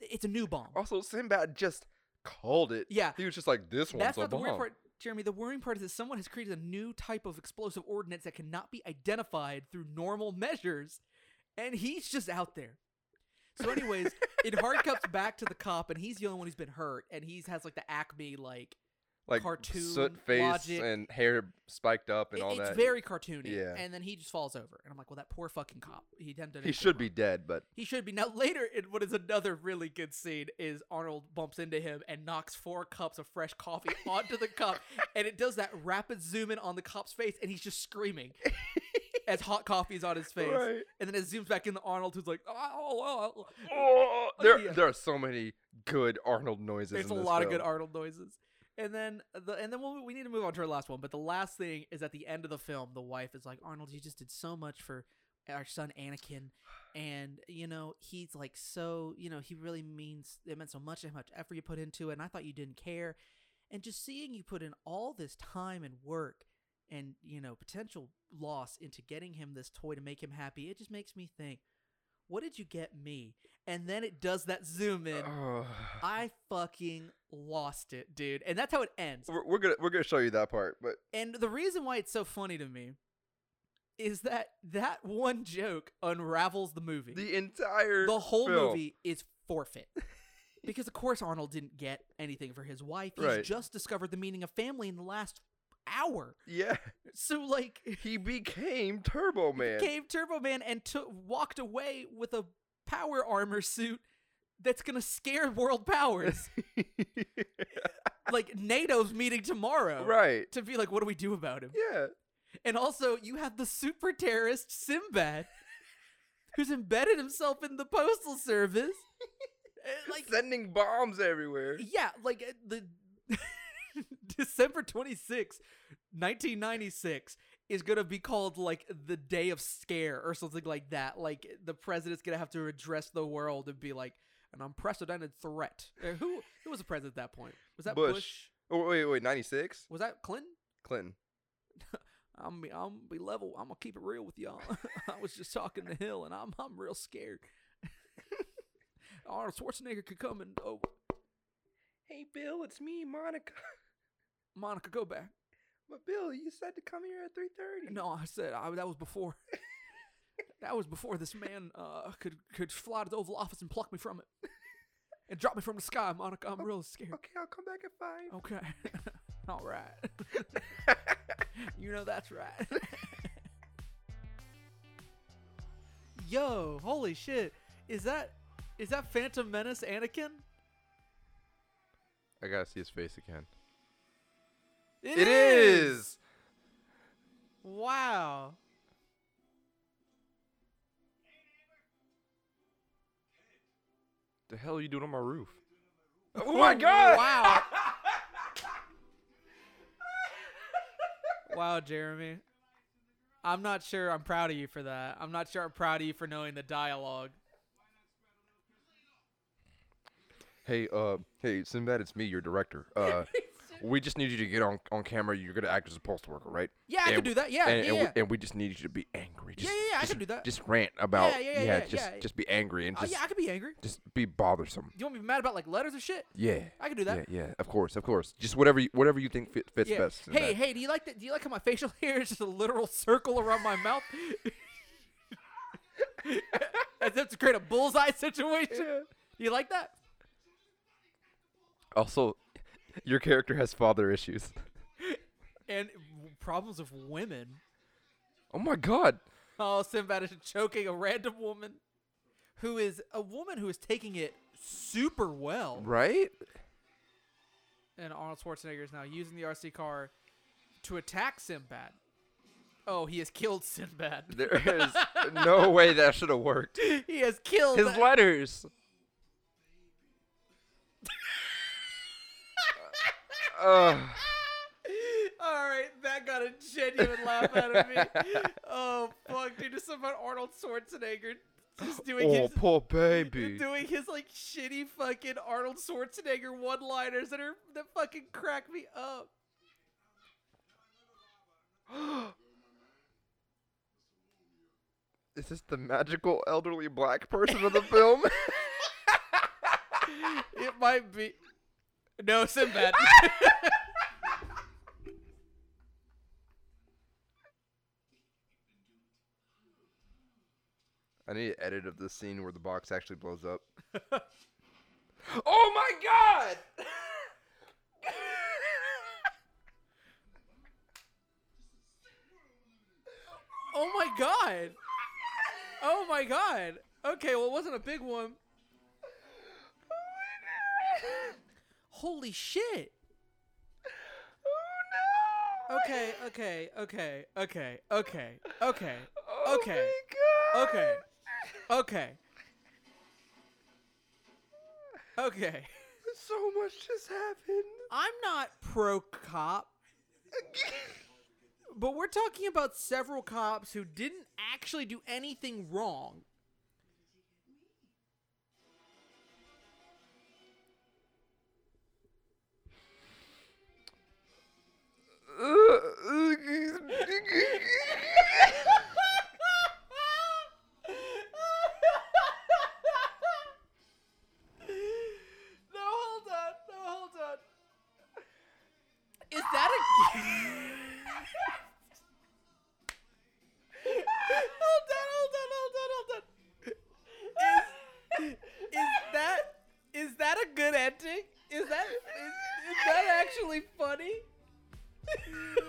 It's a new bomb."
Also, Sinbad just called it.
yeah,
He was just like, this one's
that's
a
not the worrying
bomb.
part, Jeremy. The worrying part is that someone has created a new type of explosive ordinance that cannot be identified through normal measures, and he's just out there. So, anyways, it hard cuts back to the cop, and he's the only one who's been hurt, and he's has like the Acme like
Like
cartoon
soot face
logic.
and hair spiked up and
It-
all
it's
that.
very cartoony.
Yeah.
And then he just falls over, and I'm like, well, that poor fucking cop. He done did.
he
anything
should be
wrong.
dead, but
He should be. Now later, in what is another really good scene is Arnold bumps into him and knocks four cups of fresh coffee onto the cup, and it does that rapid zoom in on the cop's face, and he's just screaming as hot coffee's on his face,
Right.
and then it zooms back into Arnold, who's like, oh, oh, oh.
Oh, there,
yeah.
there are so many good Arnold noises.
There's a
in this
lot of
film.
good Arnold noises. And then the and then we'll, we need to move on to our last one. But the last thing is at the end of the film, the wife is like, Arnold, you just did so much for our son Anakin, and you know he's like so you know he really means it meant so much to him, how much effort you put into it, and I thought you didn't care, and just seeing you put in all this time and work and you know potential loss into getting him this toy to make him happy, it just makes me think, what did you get me? And then it does that zoom in.
Ugh.
I fucking lost it, dude. And that's how it ends.
we're, we're gonna we're gonna show you that part, but
And the reason why it's so funny to me is that that one joke unravels the movie.
the entire
The whole
film.
movie is forfeit. because of course Arnold didn't get anything for his wife. He's
Right.
just discovered the meaning of family in the last hour.
Yeah,
So like
he became Turbo Man.
came Turbo Man and took walked away with a power armor suit that's gonna scare world powers. like NATO's meeting tomorrow.
right.
to be like, what do we do about him?
Yeah.
And also, you have the super terrorist Sinbad, who's embedded himself in the postal service. Uh, like,
Sending bombs everywhere.
yeah, like uh, the December twenty sixth, 1996 is going to be called like the day of scare or something like that. Like the president's going to have to address the world and be like an unprecedented threat. Uh, who who was the president at that point? Was that
Bush.
Bush?
Oh wait, wait, ninety six.
Was that Clinton?
Clinton.
I'm be- I'm be level. I'm gonna keep it real with y'all. I was just talking to Hill, and I'm I'm real scared. Arnold Schwarzenegger could come and oh,
Hey Bill, it's me, Monica.
Monica, go back.
But Bill, you said to come here at three thirty.
No, I said I, that was before. that was before this man uh, could could fly to the Oval Office and pluck me from it, and drop me from the sky, Monica. I'm real scared.
Okay, I'll come back at five.
Okay, all right. you know that's right. Yo, holy shit! Is that Is that Phantom Menace Anakin?
I gotta see his face again.
it is. Wow.
The hell are you doing on my roof? Oh my god!
Wow. wow, Jeremy. I'm not sure I'm proud of you for that. I'm not sure I'm proud of you for knowing the dialogue.
Hey, uh, hey, Sinbad, it's me, your director. Uh, we just need you to get on on camera. You're gonna act as a postal worker, right?
Yeah, I
And
could do that. Yeah,
and,
yeah,
and, we,
yeah.
and we just need you to be angry. Just,
yeah, yeah, I
just,
could do that.
Just rant about,
Yeah, yeah, yeah, yeah,
just
yeah.
just be angry and
Oh,
just
yeah, I could be angry.
just be bothersome.
You want me to be mad about like letters or shit?
Yeah,
I could do that.
Yeah, yeah, of course, of course. Just whatever you, whatever you think fit, fits
Yeah.
best.
hey,
Sinbad.
hey, do you like that? Do you like how my facial hair is just a literal circle around my mouth? As if to create a bullseye situation. Do you like that?
Also, your character has father issues.
And w- problems of women.
Oh my god.
Oh, Sinbad is choking a random woman who is a woman who is taking it super well.
Right?
And Arnold Schwarzenegger is now using the RC car to attack Sinbad. Oh, he has killed Sinbad.
There is no way that should have worked.
he has killed
His
that-
letters. Ugh.
All right, that got a genuine laugh out of me. Oh fuck, dude! Just about Arnold Schwarzenegger just doing
oh,
his
poor baby.
doing his like shitty fucking Arnold Schwarzenegger one-liners that are that fucking crack me up.
Is this the magical elderly black person of the film?
It might be. No, Sinbad.
I need an edit of the scene where the box actually blows up. oh my god!
oh my god. Oh my god. Okay, well, it wasn't a big one. Holy shit.
Oh no!
Okay, okay, okay, okay, okay, okay,
Oh
okay,
my god!
okay, okay, okay.
So much just happened.
I'm not pro cop, but we're talking about several cops who didn't actually do anything wrong. No, hold on. No, hold on. Is that a. hold on, hold on, hold on, hold on. Is, is that. Is that a good ending? Is that. Is, is that actually funny?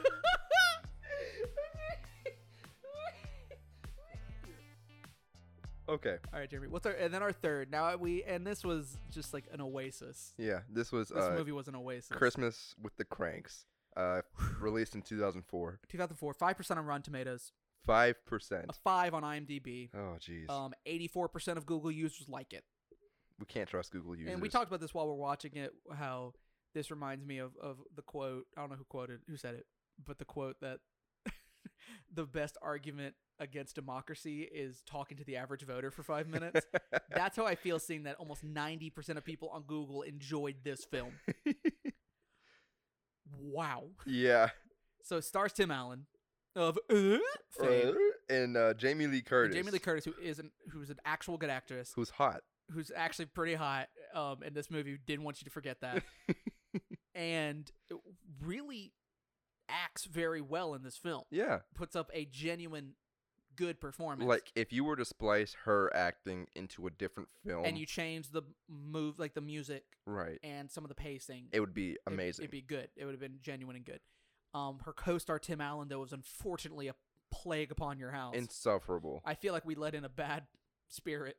okay.
All right, Jeremy. What's our and then our third? Now we and this was just like an oasis.
Yeah, this was
This
uh,
movie was an oasis.
Christmas with the Cranks, uh, released in 2004.
2004, five percent on Rotten Tomatoes,
Five percent.
a five on IMDb.
Oh jeez,
Um, 84% of Google users like it.
we can't trust Google users.
And we talked about this while we're watching it. How this reminds me of of the quote. I don't know who quoted, who said it, but the quote that the best argument against democracy is talking to the average voter for five minutes. That's how I feel seeing that almost 90% of people on Google enjoyed this film. wow.
yeah,
So it stars Tim Allen of uh, fame.
and uh, Jamie Lee
and
Curtis,
Jamie Lee Curtis, who is an who's an actual good actress.
who's hot.
who's actually pretty hot um, in this movie didn't want you to forget that and really acts very well in this film
Yeah,
puts up a genuine good performance
like if you were to splice her acting into a different film,
and you change the move like the music
right,
and some of the pacing
it would be
it'd-
amazing.
it'd be good it would have been genuine and good um, her co-star tim allen though was unfortunately a plague upon your house
insufferable.
i feel like we let in a bad spirit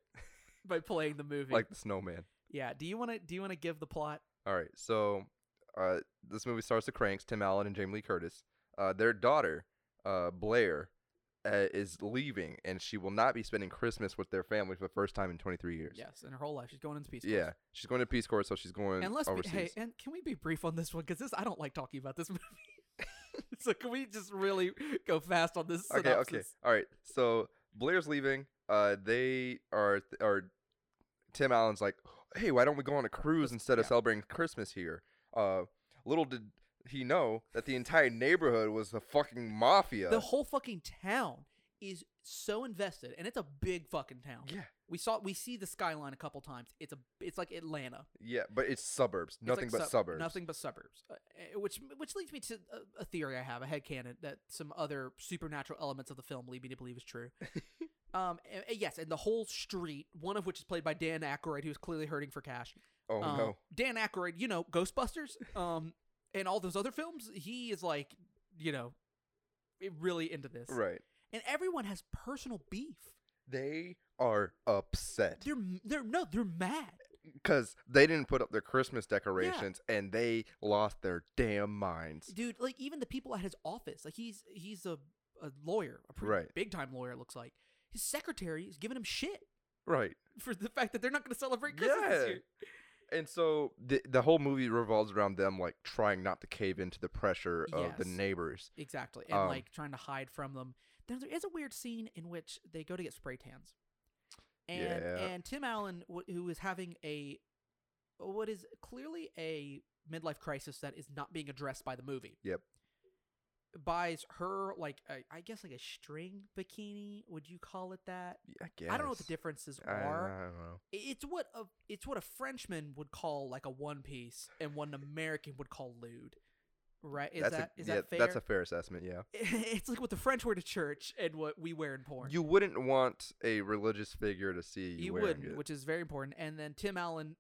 by playing the movie.
like the snowman.
yeah. Do you want to? Do you want to give the plot?
All right, so uh, this movie stars the Cranks, Tim Allen and Jamie Lee Curtis. Uh, their daughter, uh, Blair, uh, is leaving, and she will not be spending Christmas with their family for the first time in 23 years.
Yes. In her whole life, she's going into peace. Corps.
Yeah, she's going to Peace Corps, so she's going
And let's be,
overseas.
hey, and can we be brief on this one? Because this, I don't like talking about this movie. so can we just really go fast on this?
okay, okay,
synopsis?
all right. So Blair's leaving. Uh, they are are. Tim Allen's like, hey, why don't we go on a cruise instead of
yeah.
celebrating Christmas here? Uh, little did he know that the entire neighborhood was the fucking mafia.
The whole fucking town is so invested, and it's a big fucking town.
yeah.
We saw we see the skyline a couple times. It's a it's like Atlanta.
Yeah, but it's suburbs.
It's like
Nothing but
sub-
suburbs.
Nothing but suburbs. Uh, eh, which which leads me to a, a theory I have, a headcanon that some other supernatural elements of the film lead me to believe is true. um eh, eh, yes, and the whole street, one of which is played by Dan Aykroyd, who's clearly hurting for cash.
Oh
um,
no.
Dan Aykroyd, you know, Ghostbusters, um and all those other films, he is like, you know, eh, really into this.
Right.
And everyone has personal beef.
They are upset
They're m- they're no, they're mad.
because they didn't put up their Christmas decorations and they lost their damn minds.
dude like even the people at his office like he's he's a, a lawyer a pretty
Right.
big time lawyer it looks like his secretary is giving him shit
Right.
for the fact that they're not going to celebrate christmas this
Yeah.
year.
And so the the whole movie revolves around them like trying not to cave into the pressure of the
Yes.
neighbors.
exactly and
Um,
like trying to hide from them there, there is a weird scene in which they go to get spray tans and
Yeah.
and tim allen wh- who is having a what is clearly a midlife crisis that is not being addressed by the movie
Yep.
buys her like a, i guess like a string bikini would you call it that
I guess.
I don't know what the differences
I,
are.
I don't know.
I- It's what a it's what a Frenchman would call like a one piece, and what an American would call lewd. Right? Is
that's
that
a,
is
yeah,
that fair?
That's a fair assessment. Yeah.
it's like what the French wear to church and what we wear in porn.
You wouldn't want a religious figure to see you,
You
wearing
wouldn't,
it.
which is very important. And then Tim Allen,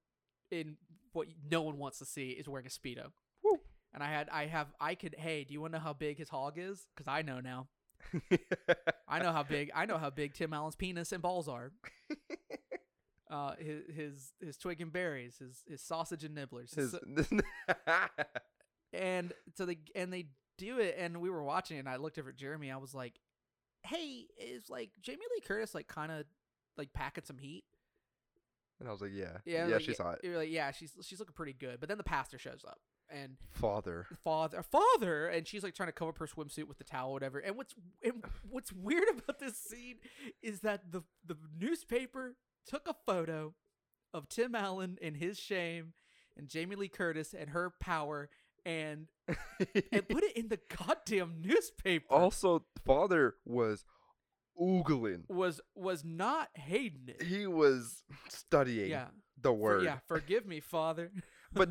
in what no one wants to see, is wearing a speedo.
Woo.
And I had I have I could hey, do you want to know how big his hog is? Because I know now. I know how big I know how big Tim Allen's penis and balls are. Uh, his his his twig and berries, his his sausage and nibblers,
His-
So- and so they and they do it, and we were watching, it and I looked over at Jeremy, I was like, "Hey, is like Jamie Lee Curtis like kind of like packing some heat?"
and I was like, yeah,
I
yeah,
was like,
she's hot.
You're like, "Yeah, she's she's looking pretty good," but then the pastor shows up, and
Father.
father father and she's like trying to cover up her swimsuit with the towel whatever and what's and what's weird about this scene is that the the newspaper took a photo of Tim Allen in his shame and Jamie Lee Curtis and her power and and put it in the goddamn newspaper
also, father was oogling.
was was not hating it
He was studying
yeah
the
For-
word.
yeah forgive me father
But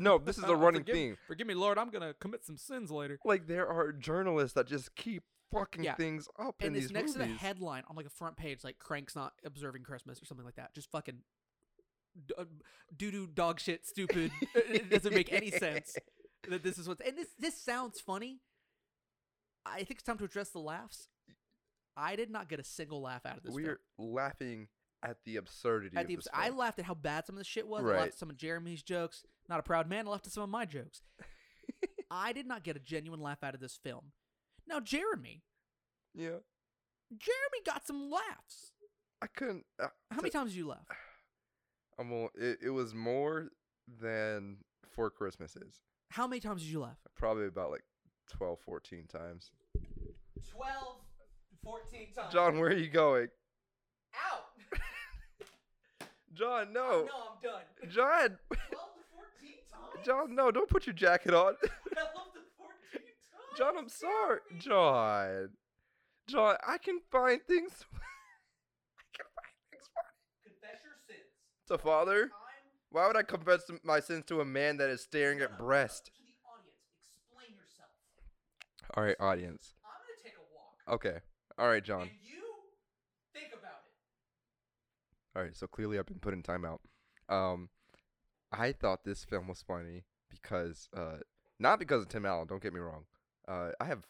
no, this is a running
Forgive-
theme.
forgive me lord i'm gonna commit some sins later
Like there are journalists that just keep fucking
Yeah.
things up
and
in
it's
these
next to the
movies.
headline on like a front page, like "Crank's not observing Christmas" or something like that. Just fucking doo doo dog shit, stupid. it doesn't make any sense that this is what's and this this sounds funny. I think it's time to address the laughs. I did not get a single laugh out of this. film.
We're laughing at the absurdity.
At
of
the
this
abs- I
film.
laughed at how bad some of this shit was. I laughed
Right.
at some of Jeremy's jokes. Not a proud man. I laughed at some of my jokes. I did not get a genuine laugh out of this film. Now Jeremy,
yeah,
Jeremy got some laughs.
I couldn't. Uh,
How many times did you laugh?
I'm all, it, it was more than four Christmases.
How many times did you laugh?
Probably about like 12, 14 times.
12, 14 times.
John, where are you going?
Out.
John, no,
I'm done. 12
John,
to 14 times?
John, no, don't put your jacket on.
12 to 14 times?
John, I'm sorry. John. John, I can find things. I can find things funny.
Confess your sins.
To father,
I'm
why would I confess m- my sins to a man that is staring at breast?
to the audience. Explain yourself.
All right, audience.
I'm going to take a walk.
Okay. All right, John.
And you think about it.
All right, so clearly I've been put in timeout. Um, I thought this film was funny because, uh, not because of Tim Allen. Don't get me wrong. Uh, I have,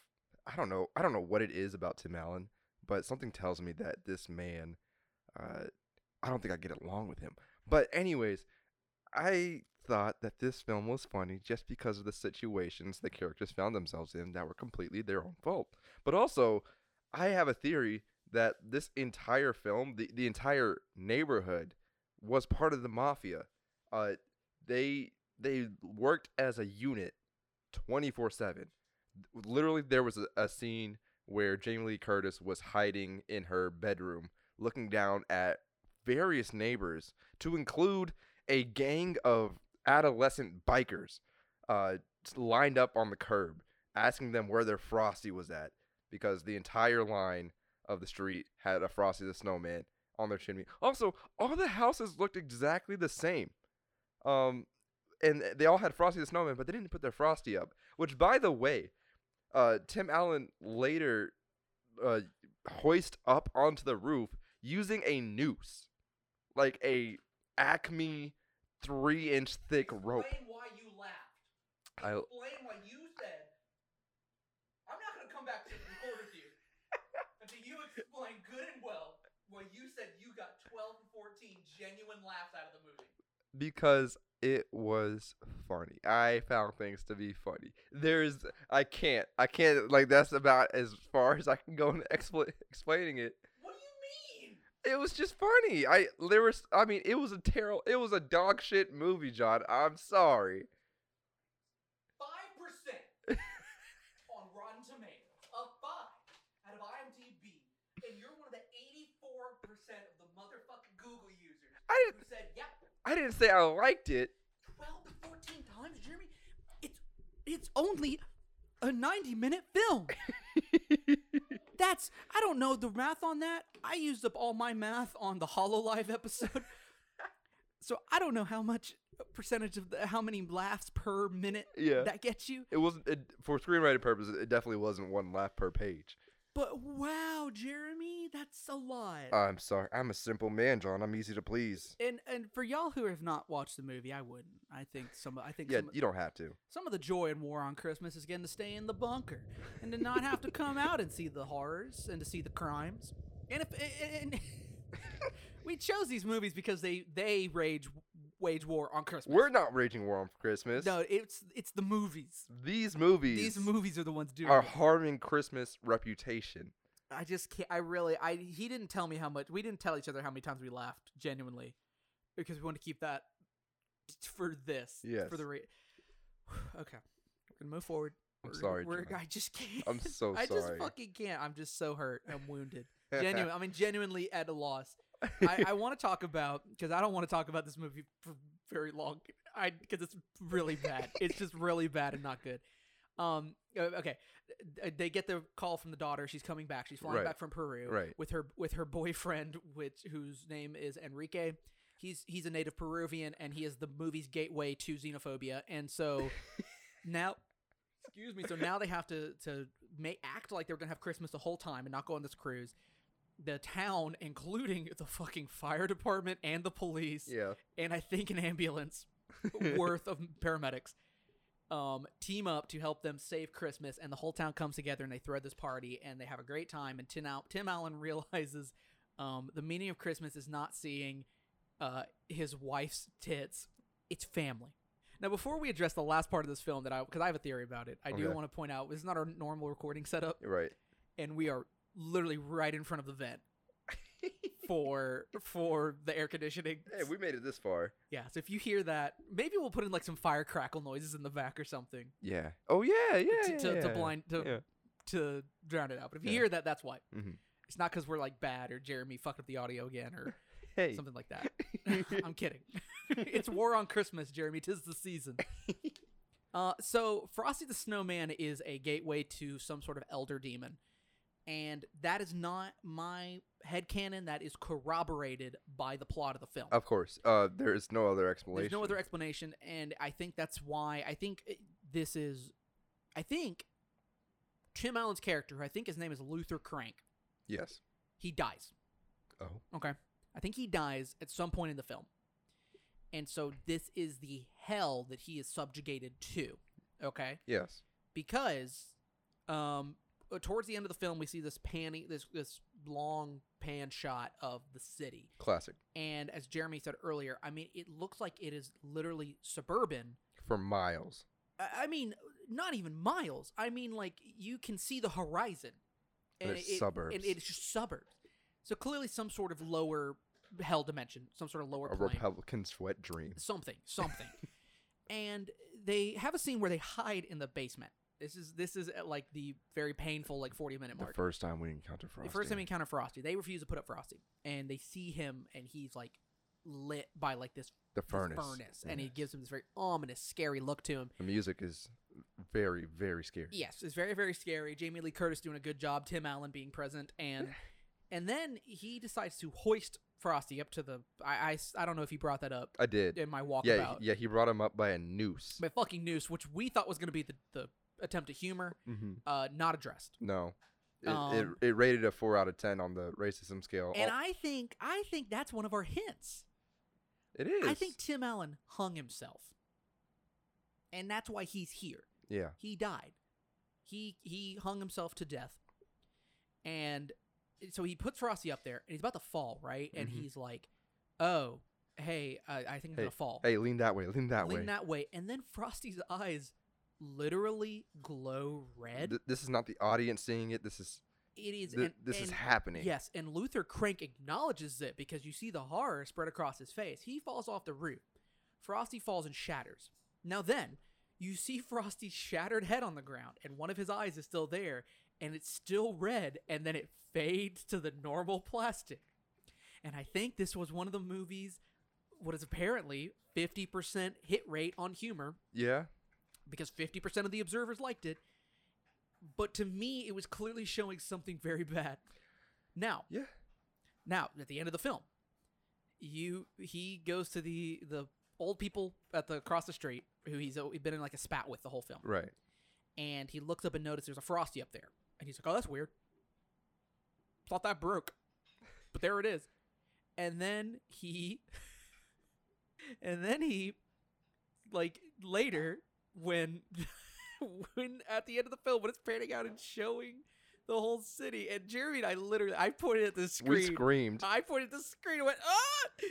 I don't know, I don't know what it is about Tim Allen, but something tells me that this man, uh, I don't think I get along with him. But anyways, I thought that this film was funny just because of the situations the characters found themselves in that were completely their own fault. But also, I have a theory that this entire film, the, the entire neighborhood, was part of the mafia. Uh, they they worked as a unit 24 7 literally there was a, a scene where jamie lee curtis was hiding in her bedroom looking down at various neighbors to include a gang of adolescent bikers uh, lined up on the curb asking them where their frosty was at because the entire line of the street had a frosty the snowman on their chimney also all the houses looked exactly the same um, and they all had Frosty the Snowman, but they didn't put their Frosty up. Which, by the way, uh, Tim Allen later uh, hoist up onto the roof using a noose, like a Acme three inch thick rope.
Explain why you laughed.
I,
Explain why you said, I'm not going to come back to record with you until you explain good and well why you said you got 12 and 14 genuine laughs out of the movie.
because it was funny. I found things to be funny. There's I can't I can't like that's about as far as I can go in expla- explaining it.
What do you mean?
It was just funny. I there was I mean it was a terrible it was a dog shit movie, John. I'm sorry.
5% on Rotten Tomatoes. A 5 out of IMDb. And you're one of the 84% of the motherfucking Google users
I
who
didn't
said, yep,
I didn't say I liked it.
12 to 14 times, Jeremy. It's it's only a 90 minute film. That's I don't know the math on that. I used up all my math on the Hololive episode. so I don't know how much percentage of the, how many laughs per minute
Yeah.
that gets you.
It wasn't it, for screenwriting purposes. It definitely wasn't one laugh per page.
But wow, Jeremy, that's a lot.
I'm sorry. I'm a simple man, John. I'm easy to please.
and and for y'all who have not watched the movie, I wouldn't. I think some I think
Yeah,
some,
you don't have to.
Some of the joy and war on Christmas is getting to stay in the bunker and to not have to come out and see the horrors and to see the crimes. And if and, and- we chose these movies because they they rage wage war on Christmas.
We're not raging war on Christmas.
no, it's it's the movies.
These movies.
These movies are the ones doing.
are
it.
harming Christmas reputation.
I just can't. I really. I he didn't tell me how much. We didn't tell each other how many times we laughed genuinely, because we want to keep that t- for this.
Yes.
For the re- okay, we're gonna move forward.
I'm
We're-
sorry,
We're,
John.
I just can't.
I'm so
I just
sorry.
fucking can't. I'm just so hurt. I'm wounded. Genuine. I mean, genuinely at a loss. I, I want to talk about because I don't want to talk about this movie for very long. I because it's really bad. it's just really bad and not good. Um. uh, Okay. Uh, They get the call from the daughter. She's coming back. She's flying
Right.
back from Peru
Right.
with her with her boyfriend, which whose name is Enrique. He's he's a native Peruvian and he is the movie's gateway to xenophobia. And so now excuse me so now they have to to make act like they're gonna have christmas the whole time and not go on this cruise the town including the fucking fire department and the police
yeah.
and i think an ambulance worth of paramedics um, team up to help them save christmas and the whole town comes together and they throw this party and they have a great time and tim, Al- tim allen realizes um, the meaning of christmas is not seeing uh, his wife's tits it's family now before we address the last part of this film that i because i have a theory about it i do
Okay.
want to point out this is not our normal recording setup
You're right.
and we are literally right in front of the vent for for the air conditioning
Hey, we made it this far.
yeah, so if you hear that, maybe we'll put in like some fire crackle noises in the back or something
Yeah. Oh yeah, yeah.
to,
yeah,
to, to
yeah.
blind to
Yeah.
to drown it out. But if you
Yeah.
hear that, that's why.
Mhm.
It's not because we're like bad or Jeremy fucked up the audio again or
Hey.
something like that. I'm kidding. it's war on Christmas, Jeremy. Tis the season. Uh, so Frosty the Snowman is a gateway to some sort of elder demon, and that is not my headcanon. That is corroborated by the plot of the film.
Of course. Uh, there is no other explanation.
There's no other explanation, and I think that's why I think it- this is. I think Tim Allen's character, who I think his name is Luther Crank,
yes.
he dies.
Oh.
Okay, I think he dies at some point in the film, and so this is the hell that he is subjugated to. Okay, uh,
Yes.
because um, towards the end of the film, we see this panning, this this long pan shot of the city.
Classic.
And as Jeremy said earlier, I mean, it looks like it is literally suburban.
For miles.
I I mean, not even miles. I mean, like you can see the horizon,
And it's
it-
suburbs.
and it's just suburbs. So clearly, some sort of lower hell dimension, some sort of lower
A
plane,
Republican sweat dream.
something, something. and they have a scene where they hide in the basement. This is this is at like the very painful like forty minute
The
mark.
first time we encounter Frosty.
The first time we encounter Frosty, they refuse to put up Frosty, and they see him, and he's like lit by like this
the
this
furnace.
and he
Yes.
gives him this very ominous, scary look to him.
The music is very, very scary.
Yes, it's very very scary. Jamie Lee Curtis doing a good job. Tim Allen being present, and and then he decides to hoist Frosty up to the. I I s- I don't know if you brought that up
I did.
in my walkabout,
yeah, he- yeah. He brought him up by a noose.
my fucking noose, which we thought was going to be the the attempt at humor,
mm-hmm.
uh, not addressed.
No, it,
Um,
it, it rated a four out of ten on the racism scale.
And
Al-
I think I think that's one of our hints.
it is.
I think Tim Allen hung himself, and that's why he's here.
Yeah.
he died. He he hung himself to death. And so he puts Frosty up there and he's about to fall, right? And
Mhm.
he's like, "Oh, hey, I, I think I'm
Hey,
gonna fall."
Hey, lean that way. Lean that
Lean
way.
that way. And then Frosty's eyes literally glow red.
Th- this is not the audience seeing it. This is
it is.
th-
and,
this is
and-
happening.
Yes, and Luther Crank acknowledges it because you see the horror spread across his face. He falls off the roof. Frosty falls and shatters. Now then, you see Frosty's shattered head on the ground, and one of his eyes is still there, and it's still red, and then it fades to the normal plastic. And I think this was one of the movies what is apparently 50% hit rate on humor
Yeah.
because 50% of the observers liked it. But to me, it was clearly showing something very bad. Now,
Yeah.
now at the end of the film, you he goes to the the old people at the across the street who he's uh, been in like a spat with the whole film,
Right.
and he looks up and notices there's a frosty up there, and he's like, "Oh, that's weird. Thought that broke, but there it is." And then he, and then he, like later when, when at the end of the film when it's panning out and showing the whole city, and Jeremy and I literally I pointed at the screen.
We screamed.
I pointed at the screen and went, ah!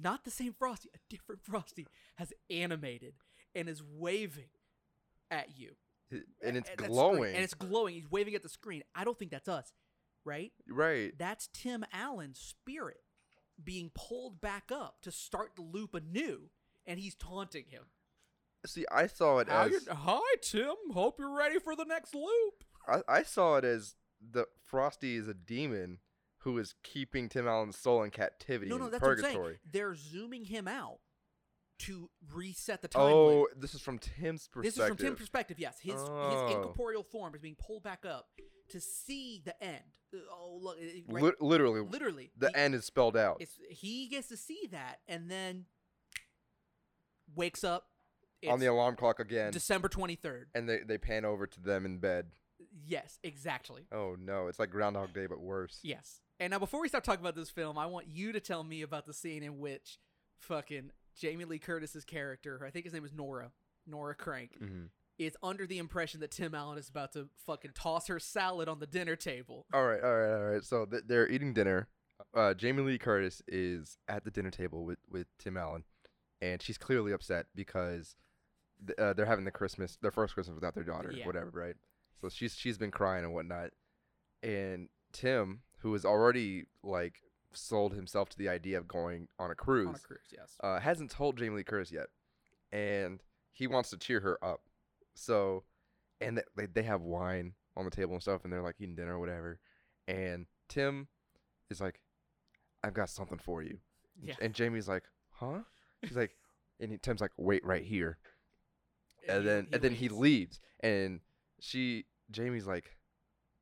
Not the same Frosty. A different Frosty has animated and is waving at you.
It- and it's
At that screen.
glowing.
And it's glowing. He's waving at the screen. I don't think that's us, right?
right.
That's Tim Allen's spirit being pulled back up to start the loop anew, and he's taunting him.
See, I saw it
How
as
you- Hi, Tim. Hope you're ready for the next loop.
I, I saw it as the Frosty is a demon who is keeping Tim Allen's soul in captivity
No, no,
in
that's
purgatory.
what I'm saying. They're zooming him out to reset the time. loop.
Oh, this is from Tim's perspective.
This is from Tim's perspective. Yes, his
Oh.
his incorporeal form is being pulled back up to see the end. Uh, Oh, look, it- it- right-
Lit- literally,
literally
the
he,
end is spelled out.
It's, he gets to see that, and then wakes up
on the
it's
alarm clock again,
December twenty third.
and they, they pan over to them in bed.
Yes, exactly.
Oh no, it's like Groundhog Day but worse.
Yes. And now, before we start talking about this film, I want you to tell me about the scene in which fucking Jamie Lee Curtis's character, who I think his name is Nora, Nora Crank,
Mhm.
is under the impression that Tim Allen is about to fucking toss her salad on the dinner table.
All right, all right, all right. So th- they're eating dinner. Uh, Jamie Lee Curtis is at the dinner table with, with Tim Allen, and she's clearly upset because th- uh, they're having the Christmas, their first Christmas without their daughter,
Yeah.
whatever, right? So she's she's been crying and whatnot, and Tim, who has already like sold himself to the idea of going on a cruise,
On a cruise, yes.
uh, hasn't told Jamie Lee Curtis yet, and he wants to cheer her up. So, and th- they they have wine on the table and stuff, and they're like eating dinner or whatever. And Tim is like, "I've got something for you,"
yeah.
and Jamie's like, "Huh?" She's like, and he- Tim's like, "Wait right here," and,
he-
then and then he
leaves.
leaves, and she Jamie's like,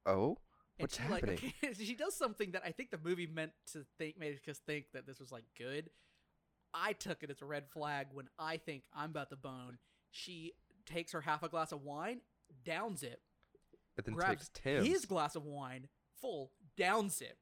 "Oh."
And
What's
she's
happening?
Like, okay, she does something that I think the movie meant to think, made us think that this was like good. I took it as a red flag when I think I'm about to bone. She takes her half a glass of wine, downs it,
and then
grabs
takes Tim.
his glass of wine full, downs it,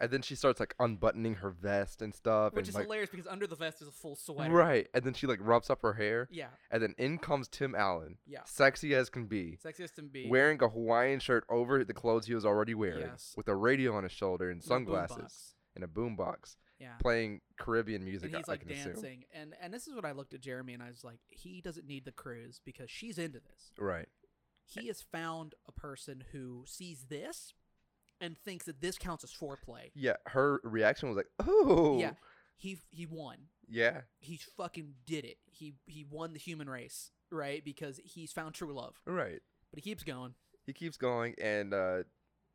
And then she starts like unbuttoning her vest and stuff,
Which
and
is
like
hilarious because under the vest is a full sweater.
right. And then she like wraps up her hair,
Yeah.
and then in comes Tim Allen,
Yeah.
sexy as can be,
Sexiest and B.
wearing a Hawaiian shirt over the clothes he was already wearing,
Yes.
with a radio on his shoulder and
with
sunglasses
boombox.
and a boombox,
Yeah.
playing Caribbean music.
And
I-
he's
I
like
can assume.
dancing, and and this is what I looked at Jeremy, and I was like, he doesn't need the cruise because she's into this.
right?
He has found a person who sees this, and thinks that this counts as foreplay.
Yeah, her reaction was like, "Oh,
Yeah, he he won.
yeah,
He fucking did it. He he won the human race, right? Because he's found true love.
right."
But he keeps going.
he keeps going and uh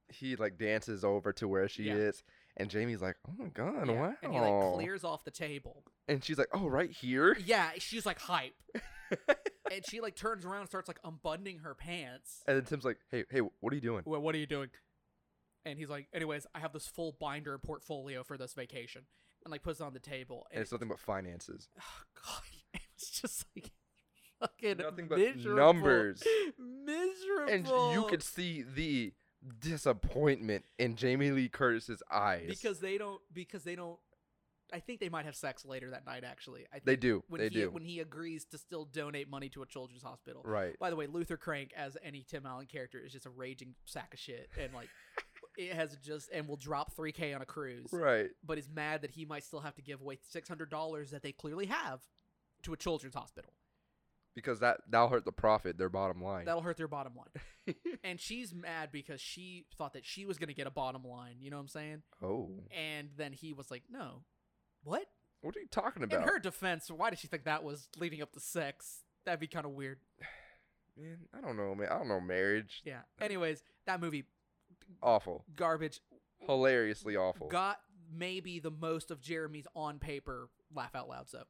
he like dances over to where she
Yeah.
is and Jamie's like, "Oh my god,
Yeah,
wow!"
And he like clears off the table.
And she's like, "Oh, right here."
Yeah, she's like hype. and she like turns around and starts like unbuttoning her pants.
And then Tim's like, "Hey, hey, what are you doing?"
Well, what are you doing? And he's like, anyways, I have this full binder and portfolio for this vacation. And like puts it on the table.
And it's nothing but finances.
God, it was just like fucking
Nothing but
miserable-
numbers. And
Miserable.
you could see the disappointment in Jamie Lee Curtis's eyes.
because they don't because they don't I think they might have sex later that night actually. I think
they do.
when
they
he
do.
when he agrees to still donate money to a children's hospital.
right.
By the way, Luther Crank as any Tim Allen character is just a raging sack of shit and like it has just and will drop 3k on a cruise
Right.
but is mad that he might still have to give away $600 that they clearly have to a children's hospital.
Because that that'll hurt the profit, their bottom line.
That'll hurt their bottom line. and she's mad because she thought that she was going to get a bottom line, you know what I'm saying?
oh.
And then he was like, "No. What?"
What are you talking
In
about?
her defense, why did she think that was leading up to sex? That'd be kind of weird.
Man, I don't know, man. I don't know marriage.
Yeah. Anyways, that movie
Awful.
garbage
Hilariously awful.
got maybe the most of Jeremy's on paper laugh out loud stuff.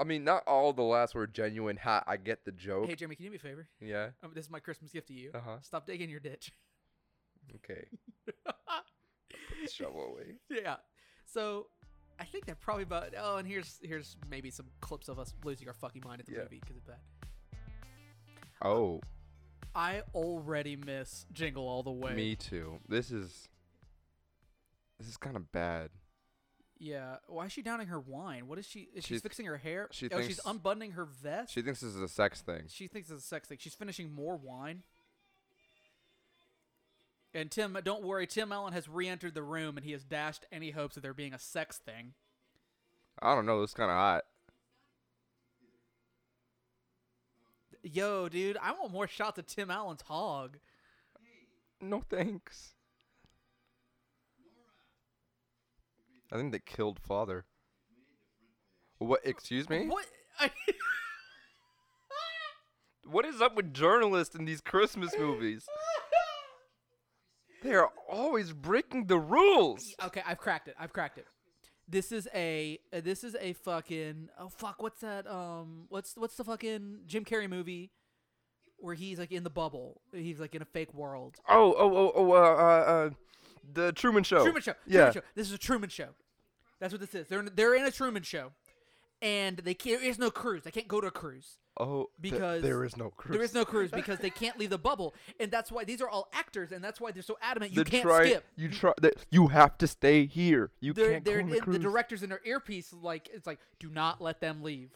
I mean, not all the last were genuine. Ha, I get the joke.
Hey Jeremy, can you do me a favor?
yeah.
Um, this is my Christmas gift to you.
Uh huh.
Stop digging your ditch.
Okay. Put the shovel away.
yeah. So I think that probably about. Oh, and here's here's maybe some clips of us losing our fucking mind at the
Yeah.
movie because of that.
Oh,
I already miss Jingle All the Way.
me too. This is. This is kind of bad.
Yeah. Why is she downing her wine? What is she? Is
She
she's
th-
fixing her hair?
she
oh, she's
thinks-
unbuttoning her vest.
She thinks this is a sex thing.
She thinks it's a sex thing. She's finishing more wine. And Tim, don't worry. Tim Allen has re-entered the room, and he has dashed any hopes of there being a sex thing.
I don't know. This is kind of hot.
Yo, dude, I want more shots of Tim Allen's hog.
No thanks. I think they killed father. What? Excuse me?
What? I,
What is up with journalists in these Christmas movies? They are always breaking the rules.
okay, I've cracked it. I've cracked it. This is a uh, this is a fucking oh fuck what's that um what's what's the fucking Jim Carrey movie where he's like in the bubble he's like in a fake world
Oh, oh, oh, oh, uh, uh, uh, the Truman Show.
Truman Show Truman
Oh, Yeah.
Show. this is a Truman Show that's what this is they're in, they're in a Truman Show and they can't there is no cruise they can't go to a cruise
Oh, th-
Because
there is no cruise.
there is no cruise because they can't leave the bubble and that's why these are all actors and that's why they're so adamant you
The
can't
tri-
skip
You try. The, you have to stay here. You
they're,
can't
they're
go on
in-
the cruise.
the directors in their earpiece like it's like do not let them leave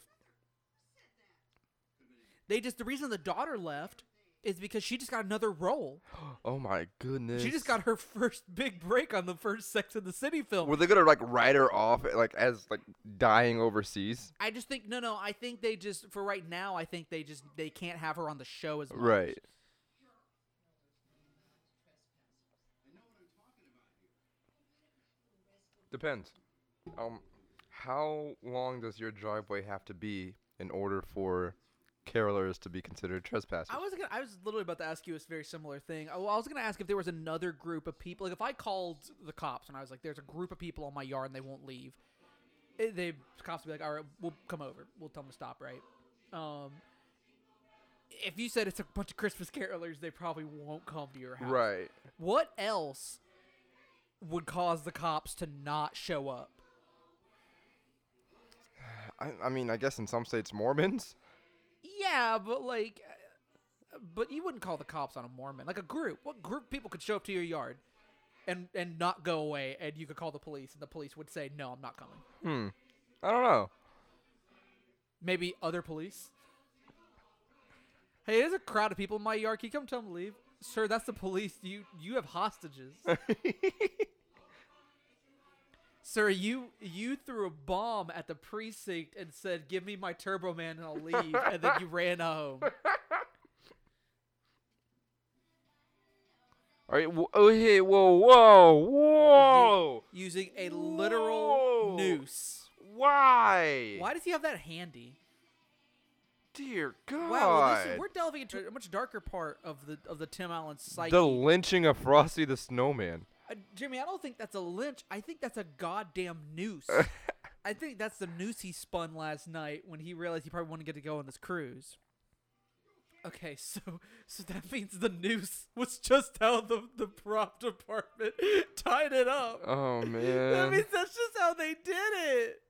they just the reason the daughter left is because she just got another role
oh my goodness.
she just got her first big break on the first sex in the city film
Were they gonna like write her off like as like dying overseas?
i just think no no i think they just for right now i think they just they can't have her on the show as much.
Right. Depends. Um, how long does your driveway have to be in order for carolers to be considered trespassers?
I was gonna, I was literally about to ask you a very similar thing. Oh, I was gonna ask if there was another group of people. Like if I called the cops and I was like, "There's a group of people on my yard and they won't leave," it, they the cops would be like, "All right, we'll come over. We'll tell them to stop." Right? Um, if you said it's a bunch of Christmas carolers, they probably won't come to your house.
Right.
What else would cause the cops to not show up?
I, I mean, I guess in some states, Mormons.
Yeah, but like, uh, but you wouldn't call the cops on a Mormon. Like a group. What group of people could show up to your yard? and and not go away, and you could call the police, and the police would say, "No, I'm not coming."
Hmm. I don't know.
Maybe other police. Hey, there's a crowd of people in my yard. Can you come tell them to leave, sir? That's the police. You you have hostages, sir. You you threw a bomb at the precinct and said, "Give me my Turbo Man and I'll leave," and then you ran home.
All right. Wh- oh, hey, whoa, whoa, whoa.
using a literal
Whoa.
noose.
Why?
Why does he have that handy?
Dear God.
Wow, well, this is, we're delving into a much darker part of the of the Tim Allen psyche.
the lynching of Frosty the Snowman.
Uh, Jimmy, I don't think that's a lynch. I think that's a goddamn noose. I think that's the noose he spun last night when he realized he probably wouldn't get to go on this cruise. Okay, so so that means the noose was just how the the prop department tied it up.
Oh
That
man.
means that's just how they did it.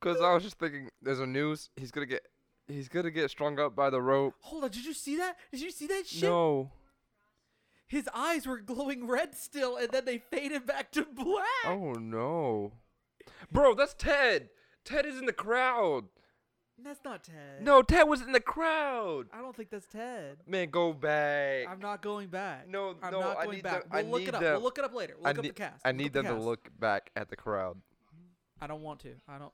Because I was just thinking, there's a noose. He's gonna get. He's gonna get strung up by the rope.
Hold on, did you see that? Did you see that shit?
No.
His eyes were glowing red still, and then they faded back to black.
Oh no. Bro, that's Ted. Ted is in the crowd.
That's not Ted.
No, Ted was in the crowd.
I don't think that's Ted.
Man, go back.
I'm not going back.
No,
I'm
no,
not
I
going
need
back.
them- I
We'll look
need
it up.
them-
We'll look it up later. We'll
I
look
need,
up the cast.
I
Look
need
up the
them to
cast.
look back at the crowd.
I don't want to. I don't.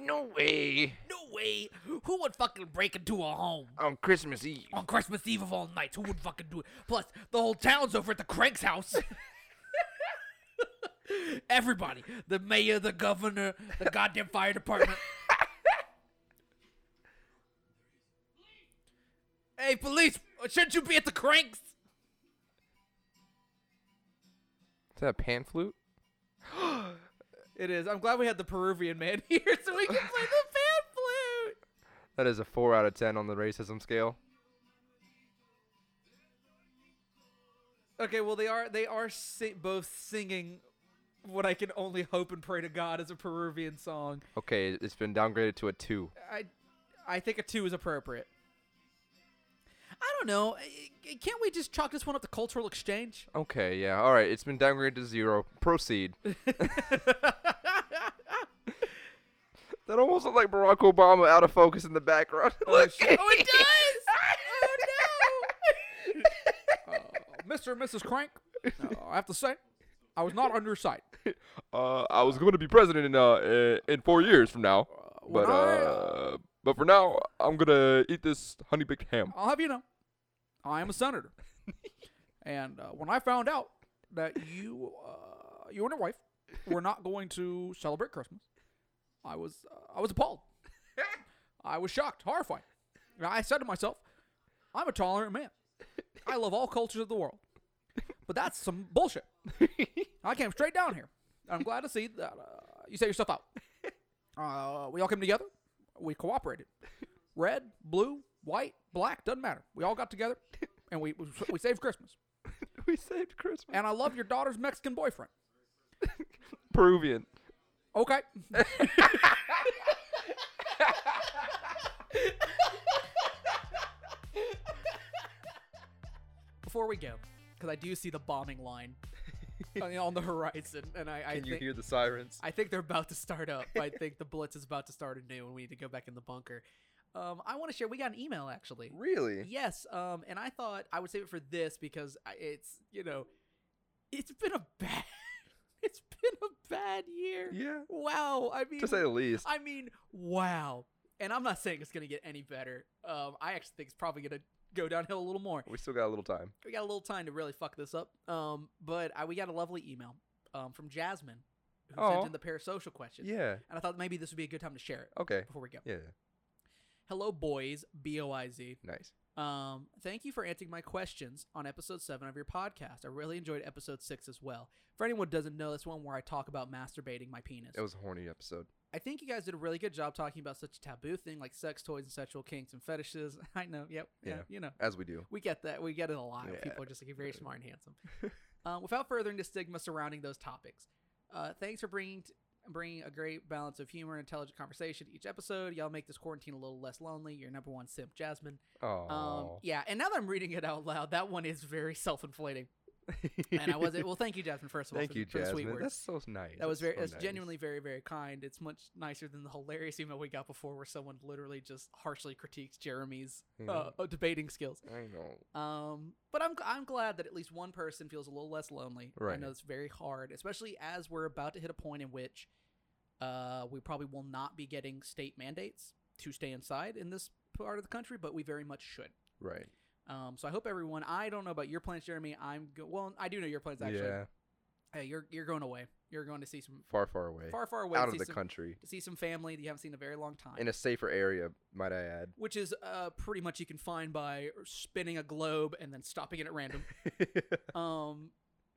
No way.
No way. Who would fucking break into a home
On Christmas Eve.
on Christmas Eve of all nights? Who would fucking do it? Plus, the whole town's over at the Craig's house. Everybody, the mayor, the governor, the goddamn fire department. hey, police! Shouldn't you be at the Craig's?
Is that a pan flute?
It is. I'm glad we had the Peruvian man here so we can play the fan flute.
That is a 4 out of 10 on the racism scale.
Okay, well they are they are si- both singing what I can only hope and pray to God is a Peruvian song.
Okay, it's been downgraded to a 2.
I I think a 2 is appropriate. I don't know. I- I- Can't we just chalk this one up to cultural exchange?
Okay, yeah. All right, it's been downgraded to 0. Proceed. That almost looked like Barack Obama out of focus in the background.
Oh, shit. Oh, it does! oh, no! Mr. and Mrs. Crank, uh, I have to say, I was not on your side.
Uh, I was going to be president in uh i- in four years from now,
when
but
I,
uh, but for now I'm gonna eat this honey baked ham.
I'll have you know, I am a senator. and uh, when I found out that you, uh, you and your wife, were not going to celebrate Christmas, I was, uh, I was appalled. I was shocked, horrified. And I said to myself, "I'm a tolerant man. I love all cultures of the world, but that's some bullshit." I came straight down here. I'm glad to see that uh, you set yourself out. Uh, we all came together. We cooperated. Red, blue, white, black, doesn't matter. We all got together and we we, we saved Christmas.
we saved Christmas.
And I love your daughter's Mexican boyfriend.
Peruvian.
Okay. Before we go, because I do see the bombing line on on the horizon, and I, I
Can you
think-
hear the sirens?
I think they're about to start up. I think the blitz is about to start anew, and we need to go back in the bunker. Um, I want to share. We got an email actually.
Really?
Yes. Um, and I thought I would save it for this because I- it's you know, it's been a bad, it's been a bad year.
Yeah.
Wow. I mean,
To say the least.
I mean, wow. And I'm not saying it's gonna get any better. Um, I actually think it's probably gonna go downhill a little more
We still got a little time.
we got a little time to really fuck this up. Um, but I, we got a lovely email um, from Jasmine who
Aw.
sent in the parasocial question.
Yeah.
And I thought maybe this would be a good time to share it
Okay.
before we go.
Yeah.
Hello, boys, B O I Z.
Nice.
Um, thank you for answering my questions on episode seven of your podcast. I really enjoyed episode six as well. For anyone who doesn't know, that's one where I talk about masturbating my penis.
It was a horny episode.
I think you guys did a really good job talking about such a taboo thing like sex toys and sexual kinks and fetishes. I know, yep, yeah,
Yeah.
you know.
As we do.
We get that. We get it a lot. when
Yeah.
People are just like very
Yeah.
smart and handsome. uh, without furthering the stigma surrounding those topics, uh, thanks for bringing t- bringing a great balance of humor and intelligent conversation to each episode. Y'all make this quarantine a little less lonely. Your number one simp, Jasmine.
Oh.
Um, yeah, and now that I'm reading it out loud, that one is very self inflating. and I was well. Thank you, Jasmine. First of all,
Thank
for,
you,
the- for the sweet
Jasmine.
words.
That's so nice.
that was very.
so
that's
nice.
genuinely very, very kind. It's much nicer than the hilarious email we got before, where someone literally just harshly critiques Jeremy's
You
uh,
know?
uh, debating skills.
Hmm. I know.
Um, but I'm I'm glad that at least one person feels a little less lonely. I
Right.
know it's very hard, especially as we're about to hit a point in which, uh, we probably will not be getting state mandates to stay inside in this part of the country, but we very much should.
Right.
Um, so I hope everyone. I don't know about your plans, Jeremy. I'm go- well. I do know your plans actually.
Yeah.
Hey, you're you're going away. You're going to see some
Far, far away.
far, far away. to
Out
see
of the
some,
country.
To see some family that you haven't seen in a very long time.
In a safer area, might I add.
which is uh, pretty much you can find by spinning a globe and then stopping it at random. um,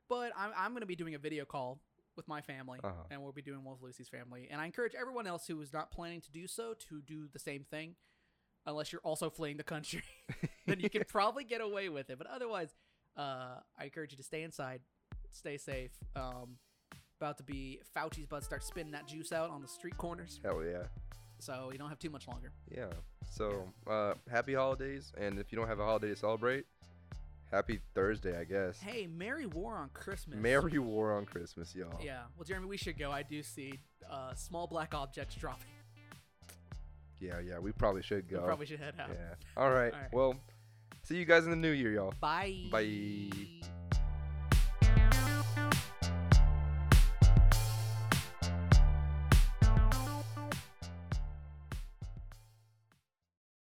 but I'm I'm going to be doing a video call with my family,
Uh-huh.
and we'll be doing one with Lucy's family. And I encourage everyone else who is not planning to do so to do the same thing, unless you're also fleeing the country. then you can probably get away with it. But otherwise, uh, I encourage you to stay inside, stay safe. Um, about to be Fauci's about to start spinning that juice out on the street corners,
Hell yeah.
so you don't have too much longer.
Yeah. So, uh, happy holidays. And if you don't have a holiday to celebrate, happy Thursday, I guess.
Hey, Merry War on Christmas.
Merry War on Christmas, y'all.
Yeah. Well, Jeremy, we should go. I do see uh, small black objects dropping.
Yeah, yeah, we probably should
We
go.
probably should head out.
yeah. All right.
All right.
Well, see you guys in the new year, y'all.
Bye.
Bye.